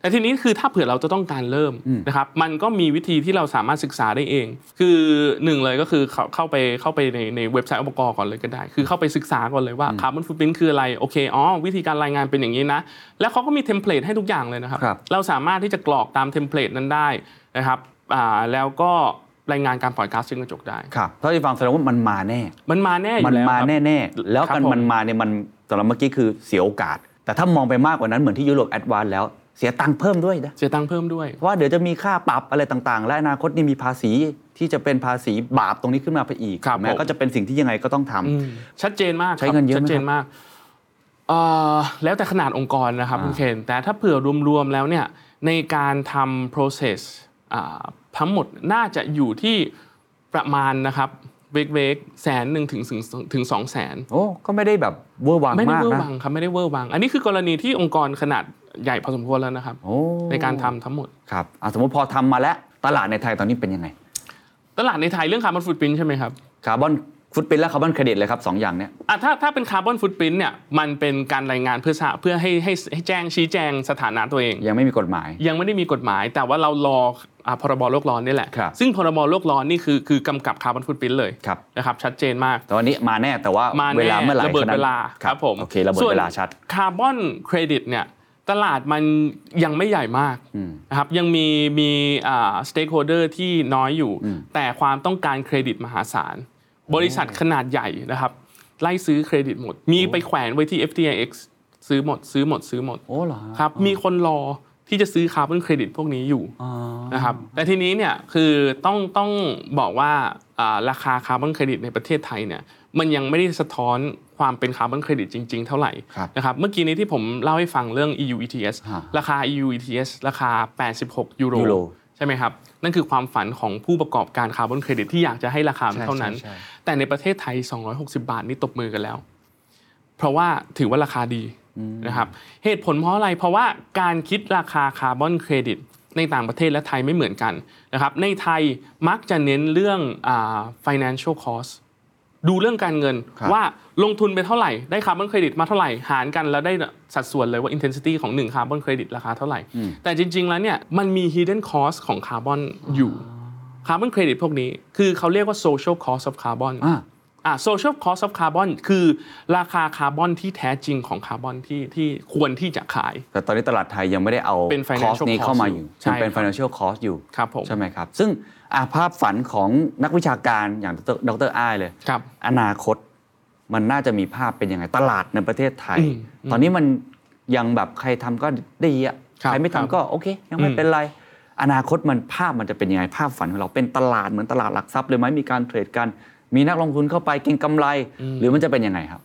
[SPEAKER 1] แต่ทีนี้คือถ้าเผื่อเราจะต้องการเริ่มนะครับ มันก็มีวิธีที่เราสามารถศึกษาได้เอง คือหนึ่งเลยก็คือเข้าเข้าไปเข้าไปในในเว็บไซต์อปกรก่อนเลยก็ได้ คือเข้าไปศึกษาก่อนเลยว่าคาร์บอนฟุตพิ้นคืออะไร โอเค อ๋อ วิธีการรายงานเป็นอย่างนี้นะ แล้วเขาก็มีเทมเพลตให้ทุกอย่างเลยนะครับ
[SPEAKER 2] ครับ
[SPEAKER 1] เราสามารถที่จะกรอกตามเทมเพลตนั้นได้นะครับอ่าแล้วก็รายงานการปล่อยก๊าซเรือนกระจกได้
[SPEAKER 2] ครับเท่าที่ฟังแสดงว่ามันมาแน่
[SPEAKER 1] มันมาแน่อ
[SPEAKER 2] มั
[SPEAKER 1] ยู่
[SPEAKER 2] น
[SPEAKER 1] แล้ว
[SPEAKER 2] มา
[SPEAKER 1] ครับ
[SPEAKER 2] แน่ๆ แล้วกัน
[SPEAKER 1] ครับผม
[SPEAKER 2] มันมาเนี่ยมันสำหรับเมื่อกี้คือเสียโอกาส แต่ถ้ามองไปมากกว่านั้นเหมือนที่ยุโรปแอดวานแล้วเสียตังค์เพิ่มด้วยนะ
[SPEAKER 1] เสียตังค์เพิ่มด้วย
[SPEAKER 2] เพราะว่าเดี๋ยวจะมีค่าปรับอะไรต่างๆ และอนาคตนี่มีภาษีที่จะเป็นภาษีบาปตรงนี้ขึ้นมาไปอีก
[SPEAKER 1] ครับผ
[SPEAKER 2] แม้
[SPEAKER 1] ม
[SPEAKER 2] ก็จะเป็นสิ่งที่ยังไงก็ต้องทำ
[SPEAKER 1] อืมชัดเจนมากครับ
[SPEAKER 2] ใช้เงินเยอะไหม
[SPEAKER 1] ชัดเจนมากเอ่อแล้วแต่ขนาดองค์กรนะครับ
[SPEAKER 2] อ่า
[SPEAKER 1] คุณเคนแต่ถ้าเผื่อรวมๆแล้วเนี่ยในการทำ process อ่าทั้งหมดน่าจะอยู่ที่ประมาณนะครับเวกเวกแสนหนึ่งถึงถึงถึงสองแสน
[SPEAKER 2] โอ้ก็ไม่ได้แบบเวอร์วัง
[SPEAKER 1] ไม่ได้
[SPEAKER 2] มาก
[SPEAKER 1] เวอร์
[SPEAKER 2] นะ
[SPEAKER 1] วังครับไม่ได้เวอร์วัง อันนี้คือกรณีที่องค์กรขนาดใหญ่พอสมควรแล้วนะครับ
[SPEAKER 2] โอ้
[SPEAKER 1] ในการทำทั้งหมด
[SPEAKER 2] ครับอ่ะสมมติพอทำมาแล้วตลาดในไทยตอนนี้เป็นยังไง
[SPEAKER 1] ตลาดในไทยเรื่องคาร์บอนฟุตพิ้นใช่ไหมครับ
[SPEAKER 2] คาร์บอนฟุตปรินและคาร์บอนเครดิตเลยครับสองอย่างเนี้ย
[SPEAKER 1] อ่ะถ้าถ้าเป็นคาร์บอนฟุตพิ้นเนี่ยมันเป็นการรายงานเพื่อทราบเพื่อให้ให้ให้แจ้งชี้แจงสถานะตัวเอง
[SPEAKER 2] ยังไม่มีกฎหมาย
[SPEAKER 1] ยังไม่ได้มีกฎหมายแต่ว่าเรารออ่าพรบโลกร้อนนี่แหละ
[SPEAKER 2] ครับ
[SPEAKER 1] ซึ่งพรบโลกร้อนนี่คือคือกำกับคาร์บอนฟุตปรินต์เลย
[SPEAKER 2] ครับ
[SPEAKER 1] นะครับชัดเจนมาก
[SPEAKER 2] แต่วันนี้มาแน่แต่ว่า
[SPEAKER 1] มา
[SPEAKER 2] เว
[SPEAKER 1] แน่
[SPEAKER 2] ลาเมื่อไหร่
[SPEAKER 1] ระเบิด
[SPEAKER 2] ท่นั้น
[SPEAKER 1] เวลาครับผม
[SPEAKER 2] โอเคระเบิด
[SPEAKER 1] ส่น
[SPEAKER 2] เวลาชัด
[SPEAKER 1] คาร์บอนเครดิตเนี่ยตลาดมันยังไม่ใหญ่มากนะครับยังมีมีสเต็กโฮเดอร์ที่น้อยอยู่ แต่ความต้องการเครดิตมหาศาล บริษัทขนาดใหญ่นะครับ ไล่ซื้อเครดิตหมด มีไปแขวนไว้ที่ FTX ซื้อหมด ซื้อหมด ซื้อหมด
[SPEAKER 2] โอ้เหรอฮะ
[SPEAKER 1] ครับมีคนรอที่จะซื้อคาร์บอนเครดิตพวกนี้อยู่ นะครับแต่ทีนี้เนี่ยคือต้องต้องบอกว่าอ่าราคาคาร์บอนเครดิตในประเทศไทยเนี่ยมันยังไม่ได้สะท้อนความเป็นคาร์บอนเครดิตจริง ๆ เท่าไหร่
[SPEAKER 2] ครับ
[SPEAKER 1] นะครับเมื่อกี้นี้ที่ผมเล่าให้ฟังเรื่อง EU ETS
[SPEAKER 2] ฮะ
[SPEAKER 1] ราคา EU ETS ราคา 86 ยูโร
[SPEAKER 2] ยูโร
[SPEAKER 1] ใช่ไหมครับ นั่นคือความฝันของผู้ประกอบการคาร์บอนเครดิตที่อยากจะให้ราคามันเท่านั้น
[SPEAKER 2] ใช่ใช่
[SPEAKER 1] แต่ในประเทศไทย 260 บาทนี่ตบมือกันแล้ว เพราะว่าถือว่าราคาดีนะครับเหตุผลเพราะอะไรเพราะว่าการคิดราคาคาร์บอนเครดิตในต่างประเทศและไทยไม่เหมือนกันนะครับในไทยมักจะเน้นเรื่องอ่า financial cost ดูเรื่องการเงิน
[SPEAKER 2] ครับ
[SPEAKER 1] ว่าลงทุนไปเท่าไหร่ได้คาร์บอนเครดิตมาเท่าไหร่หารกันแล้วได้สัดส่วนเลยว่า intensity ของ1คาร์บอนเครดิตราคาเท่าไหร่ แต่จริง ๆ แล้วเนี่ยมันมี hidden cost ของคาร์บอนอยู่คาร์บอนเครดิตพวกนี้คือเขาเรียกว่า social cost of carbon
[SPEAKER 2] อ่า
[SPEAKER 1] อ่า social cost of carbon คือราคาคาร์บอนที่แท้จริงของคาร์บอนที่ที่ควรที่จะขาย
[SPEAKER 2] แต่ตอนนี้ตลาดไทยยังไม่ได้เอา
[SPEAKER 1] เป็น
[SPEAKER 2] คอส
[SPEAKER 1] financial
[SPEAKER 2] นี้เข้ามา
[SPEAKER 1] cost
[SPEAKER 2] อยู่
[SPEAKER 1] ใช่
[SPEAKER 2] ยังเป็น
[SPEAKER 1] ครับ
[SPEAKER 2] financial cost อยู่
[SPEAKER 1] ครับผม
[SPEAKER 2] ใช่ไหมครับ ซึ่งอ่ะภาพฝันของนักวิชาการอย่างดรดรอ้ายเลย
[SPEAKER 1] ครับ
[SPEAKER 2] อนาคตมันน่าจะมีภาพเป็นยังไง ตลาดในประเทศไทย
[SPEAKER 1] อืม
[SPEAKER 2] ตอนนี้มันยังแบบใครทำก็ได้อะ
[SPEAKER 1] ครั
[SPEAKER 2] ใค
[SPEAKER 1] บ
[SPEAKER 2] รไม่
[SPEAKER 1] ค
[SPEAKER 2] ทำ
[SPEAKER 1] รับ
[SPEAKER 2] ก็โอเค ยังไม่
[SPEAKER 1] อืม
[SPEAKER 2] เป็นไร อนาคตมันภาพมันจะเป็นยังไง ภาพฝันของเราเป็นตลาดเหมือนตลาดหลักทรัพย์เลยไหมมีการเทรดกัน มีนักลงทุนเข้าไปเก็งกำไร
[SPEAKER 1] อืม
[SPEAKER 2] หรือมันจะเป็นยังไงครับ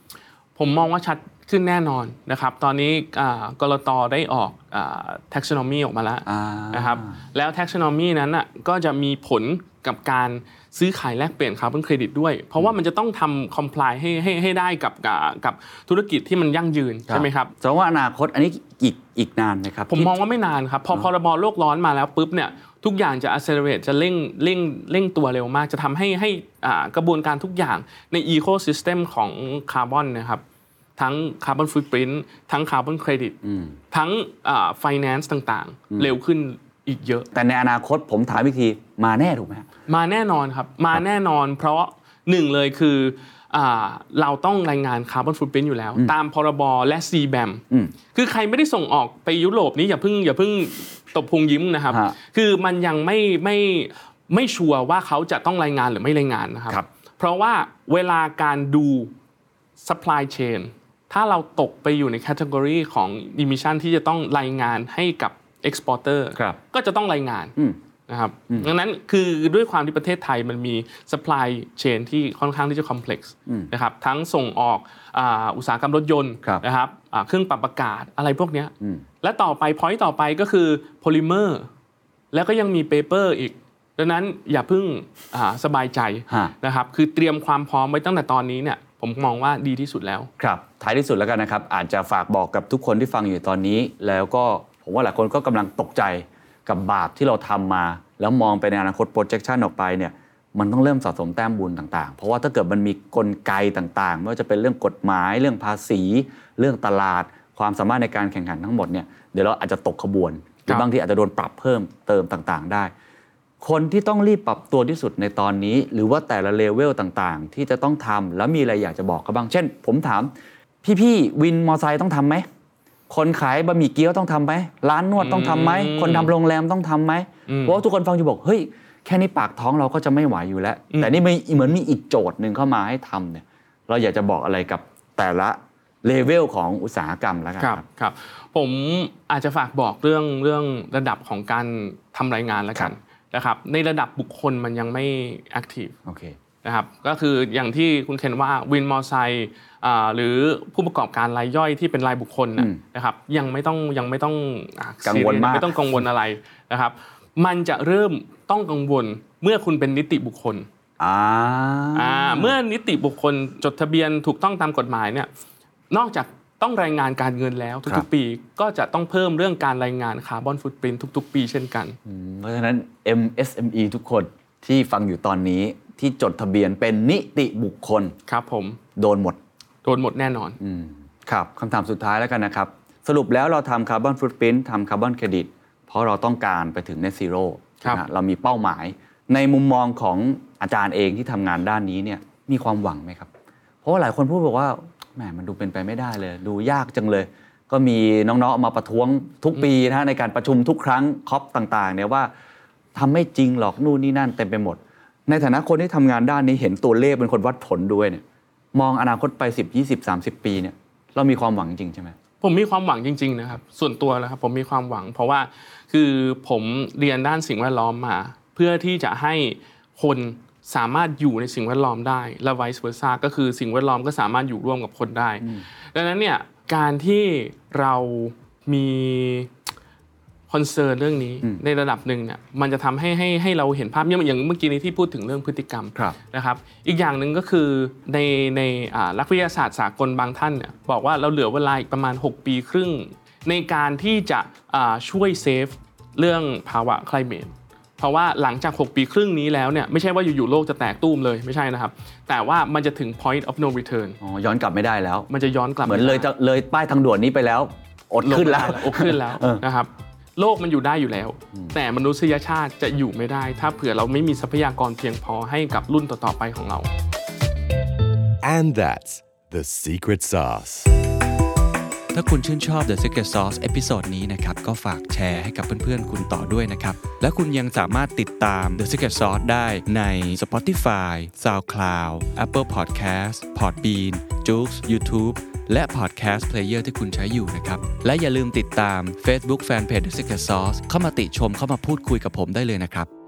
[SPEAKER 1] ผมมองว่าชัดขึ้นแน่นอนนะครับ ตอนนี้อ่ากรตได้ออกอา taxonomy ออกมาแล้ว
[SPEAKER 2] อ่า
[SPEAKER 1] นะครับ แล้ว taxonomy นั้นน่ะก็จะมีผลกับการซื้อขายแลกเปลี่ยนคาร์บอนเครดิตด้วย เพราะว่ามันจะต้องทำ comply ให้ให้ให้ได้กับกับกับธุรกิจที่มันยั่งยืนใช่ไหมครับ
[SPEAKER 2] แสดงว่าอนาคตอันนี้อีกอีกนานไหมครับ
[SPEAKER 1] ผม
[SPEAKER 2] ที่
[SPEAKER 1] มองว่าไม่นานครับ พอพรบโลกร้อนมาแล้วปุ๊บเนี่ยทุกอย่างจะ accelerate จะเร่งเร่งเร่งตัวเร็วมาก จะทำให้ให้อ่ากระบวนการทุกอย่างใน ecosystem ของคาร์บอนนะครับ ทั้งคาร์บอนฟุตปรินท์ทั้งคาร์บอนเครดิตทั้งอ่า finance ต่างๆ เร็วขึ้นอีกเยอะ
[SPEAKER 2] แต่ในอนาคตผมถามอีกทีมาแน่ถูกไหมฮะ
[SPEAKER 1] มาแน่นอนครับ มาแน่นอนเพราะหนึ่งเลยคืออาเราต้องรายงานคาร์บอนฟุตปรินอยู่แล้ว ตามพรบและ c b a m
[SPEAKER 2] อืม
[SPEAKER 1] คือใครไม่ได้ส่งออกไปยุโรปนี้อย่าเพิ่งอย่าเพิ่งตบพุงยิ้มนะครับ
[SPEAKER 2] ฮะ
[SPEAKER 1] คือมันยังไม่ไม่ไม่ชัวร์ว่าเขาจะต้องรายงานหรือไม่รายงานนะครับ
[SPEAKER 2] ครับ
[SPEAKER 1] เพราะว่าเวลาการดู supply chain ถ้าเราตกไปอยู่ใน category ของ emission ที่จะต้องรายงานให้กับ exporter
[SPEAKER 2] ครับ
[SPEAKER 1] ก็จะต้องรายงาน
[SPEAKER 2] อืม
[SPEAKER 1] นะครับดังนั้นคือด้วยความที่ประเทศไทยมันมี supply chain ที่ค่อนข้างที่จะ complex นะครับทั้งส่งออกอ่าอุตสาหกรรมรถยนต์
[SPEAKER 2] ครับ
[SPEAKER 1] นะครับอ่าเครื่องปรับอากาศอะไรพวกเนี้ย
[SPEAKER 2] อืม
[SPEAKER 1] และต่อไป point ต่อไปก็คือโพลิเมอร์แล้วก็ยังมีเปเปอร์อีก ดังนั้นอย่าเพิ่งอ่าสบายใจ
[SPEAKER 2] ฮะ
[SPEAKER 1] นะครับคือเตรียมความพร้อมไว้ตั้งแต่ตอนนี้เนี่ยผมมองว่าดีที่สุดแล้ว
[SPEAKER 2] ครับ ท้ายที่สุดแล้วกันนะครับ อาจจะฝากบอกกับทุกคนที่ฟังอยู่ตอนนี้ แล้วก็ผมว่าหลายคนก็กำลังตกใจกับบาปที่เราทำมา แล้วมองไปในอนาคต projection ออกไปเนี่ย มันต้องเริ่มสะสมแต้มบุญต่างๆ เพราะว่าถ้าเกิดมันมีกลไกต่างๆ ไม่ว่าจะเป็นเรื่องกฎหมาย เรื่องภาษี เรื่องตลาด ความสามารถในการแข่งขันทั้งหมดเนี่ย เดี๋ยวเราอาจจะตกขบวน หรื
[SPEAKER 1] ค
[SPEAKER 2] อ
[SPEAKER 1] รับ
[SPEAKER 2] บางทีอาจจะโดนปรับเพิ่มเติมต่างๆ ได้ คนที่ต้องรีบปรับตัวที่สุดในตอนนี้ หรือว่าแต่ละเลเวลต่างๆ ที่จะต้องทำแล้วมีอะไรอยากจะบอกกันบ้าง เช่น ผมถาม พี่ๆวินมอไซค์ต้องทำไหม คนขายบะหมี่เกี๊ยวต้องทำไหมร้านนวดต้องทำไหม
[SPEAKER 1] อืม
[SPEAKER 2] คนทำโรงแรมต้องทำไหมเพราะว่าทุกคนฟังจะบอก เฮ้ย แค่นี้ปากท้องเราก็จะไม่ไหวอยู่แล้ว
[SPEAKER 1] อืม
[SPEAKER 2] แต่นี่มีเหมือนมีอีกโจทย์หนึ่งเข้ามาให้ทำเนี่ย เราอยากจะบอกอะไรกับแต่ละเลเวลของอุตสาหกรรมแล้วกัน
[SPEAKER 1] ครับครับผมอาจจะฝากบอกเรื่องเรื่องระดับของการทำรายงานแล้วกันนะครับในระดับบุคคลมันยังไม่แอคทีฟ
[SPEAKER 2] โอเค
[SPEAKER 1] นะครับก็คืออย่างที่คุณเคนว่าวินมอไซค์อ่าหรือผู้ประกอบการรายย่อยที่เป็นรายบุคคลน่ะ
[SPEAKER 2] อืม
[SPEAKER 1] นะครับยังไม่ต้องยังไม่ต้องอ่ะ
[SPEAKER 2] กังวลมาก
[SPEAKER 1] ไม่ต้องกังวลอะไรนะครับมันจะเริ่มต้องกังวลเมื่อคุณเป็นนิติบุคคล
[SPEAKER 2] อ่า
[SPEAKER 1] อ่าเมื่อนิติบุคคลจดทะเบียนถูกต้องตามกฎหมายเนี่ยนอกจากต้องรายงานการเงินแล้ว
[SPEAKER 2] ครั
[SPEAKER 1] ทุ
[SPEAKER 2] บ
[SPEAKER 1] กๆปีก็จะต้องเพิ่มเรื่องการรายงานคาร์บอนฟุตปรินทุก ๆ ปีเช่นกัน
[SPEAKER 2] เพราะฉะนั้น MSME ทุกคนที่ฟังอยู่ตอนนี้ที่จดทะเบียนเป็นนิติบุคคล
[SPEAKER 1] ครับผม
[SPEAKER 2] โดนหมด
[SPEAKER 1] โดนหมดแน่นอน
[SPEAKER 2] ครับคำถามสุดท้ายแล้วกันนะครับ สรุปแล้วเราทำคาร์บอนฟุตปรินท์ทำคาร์บอนเครดิตเพราะเราต้องการไปถึง net zero
[SPEAKER 1] ครับ
[SPEAKER 2] นะฮะเรามีเป้าหมาย ในมุมมองของอาจารย์เองที่ทำงานด้านนี้เนี่ยมีความหวังไหมครับ เพราะว่าหลายคนพูดบอกว่าแหมมันดูเป็นไปไม่ได้เลย ดูยากจังเลย ก็มีน้องๆเอามาประท้วงทุกปีนะฮะในการประชุมทุกครั้งคอปต่างๆเนี่ยว่าทำไม่จริงหรอกนู่นนี่นั่นเต็มไปหมด ในฐานะคนที่ทำงานด้านนี้เห็นตัวเลขเป็นคนวัดผลด้วยเนี่ยมองอนาคตไป10 20 30 ปีเนี่ยเรามีความหวังจริงใช่ไหม
[SPEAKER 1] ผมมีความหวังจริง ๆ นะครับ ส่วนตัวนะครับผมมีความหวัง เพราะว่าคือผมเรียนด้านสิ่งแวดล้อมมา เพื่อที่จะให้คนสามารถอยู่ในสิ่งแวดล้อมได้ และ vice versa ก็คือสิ่งแวดล้อมก็สามารถอยู่ร่วมกับคนได้ ดังนั้นเนี่ยการที่เรามี คอนเซิร์นเรื่องนี้ในระดับหนึ่งเนี่ยมันจะทำให้ให้ให้เราเห็นภาพเนี่ยอย่างเมื่อกี้นี้ที่พูดถึงเรื่องพฤติกรรม
[SPEAKER 2] ครับ
[SPEAKER 1] นะครับ อีกอย่างหนึ่งก็คือในในอ่านักวิทยาศาสตร์สากลบางท่านเนี่ยบอกว่าเราเหลือเวลาอีกประมาณ 6 ปีครึ่ง ในการที่จะอ่าช่วยเซฟเรื่องภาวะ climate เพราะว่าหลังจาก 6 ปีครึ่งนี้แล้วเนี่ยไม่ใช่ว่าอยู่ๆโลกจะแตกตู้มเลยไม่ใช่นะครับ แต่ว่ามันจะถึง point of no return
[SPEAKER 2] อ๋อย้อนกลับไม่ได้แล้ว
[SPEAKER 1] มันจะย้อนกลับ
[SPEAKER 2] เหมือนเลย
[SPEAKER 1] ไได้
[SPEAKER 2] จะเลยป้ายทางด่วนนี้ไปแล้ว อด
[SPEAKER 1] ลง
[SPEAKER 2] ขึ้นแล้ว
[SPEAKER 1] ไม่ได้อกขึ้นแล้ว
[SPEAKER 2] เออ
[SPEAKER 1] นะครับโลกมันอยู่ได้อยู่แล้ว แต่มนุษยชาติจะอยู่ไม่ได้ ถ้าเผื่อเราไม่มีทรัพยากรเพียงพอให้กับรุ่นต่อๆไปของเรา
[SPEAKER 3] And that's the secret sauce.
[SPEAKER 5] ถ้าคุณชื่นชอบ The Secret Sauce เอพิโซดนี้นะครับ ก็ฝากแชร์ให้กับเพื่อนๆ คุณต่อด้วยนะครับ และคุณยังสามารถติดตาม The Secret Sauce ได้ใน Spotify, SoundCloud, Apple Podcast, Podbean, j o o x YouTube และ Podcast Player ที่คุณใช้อยู่นะครับ และอย่าลืมติดตาม Facebook Fanpage The Secret Sauce เข้ามาติชมเข้ามาพูดคุยกับผมได้เลยนะครับ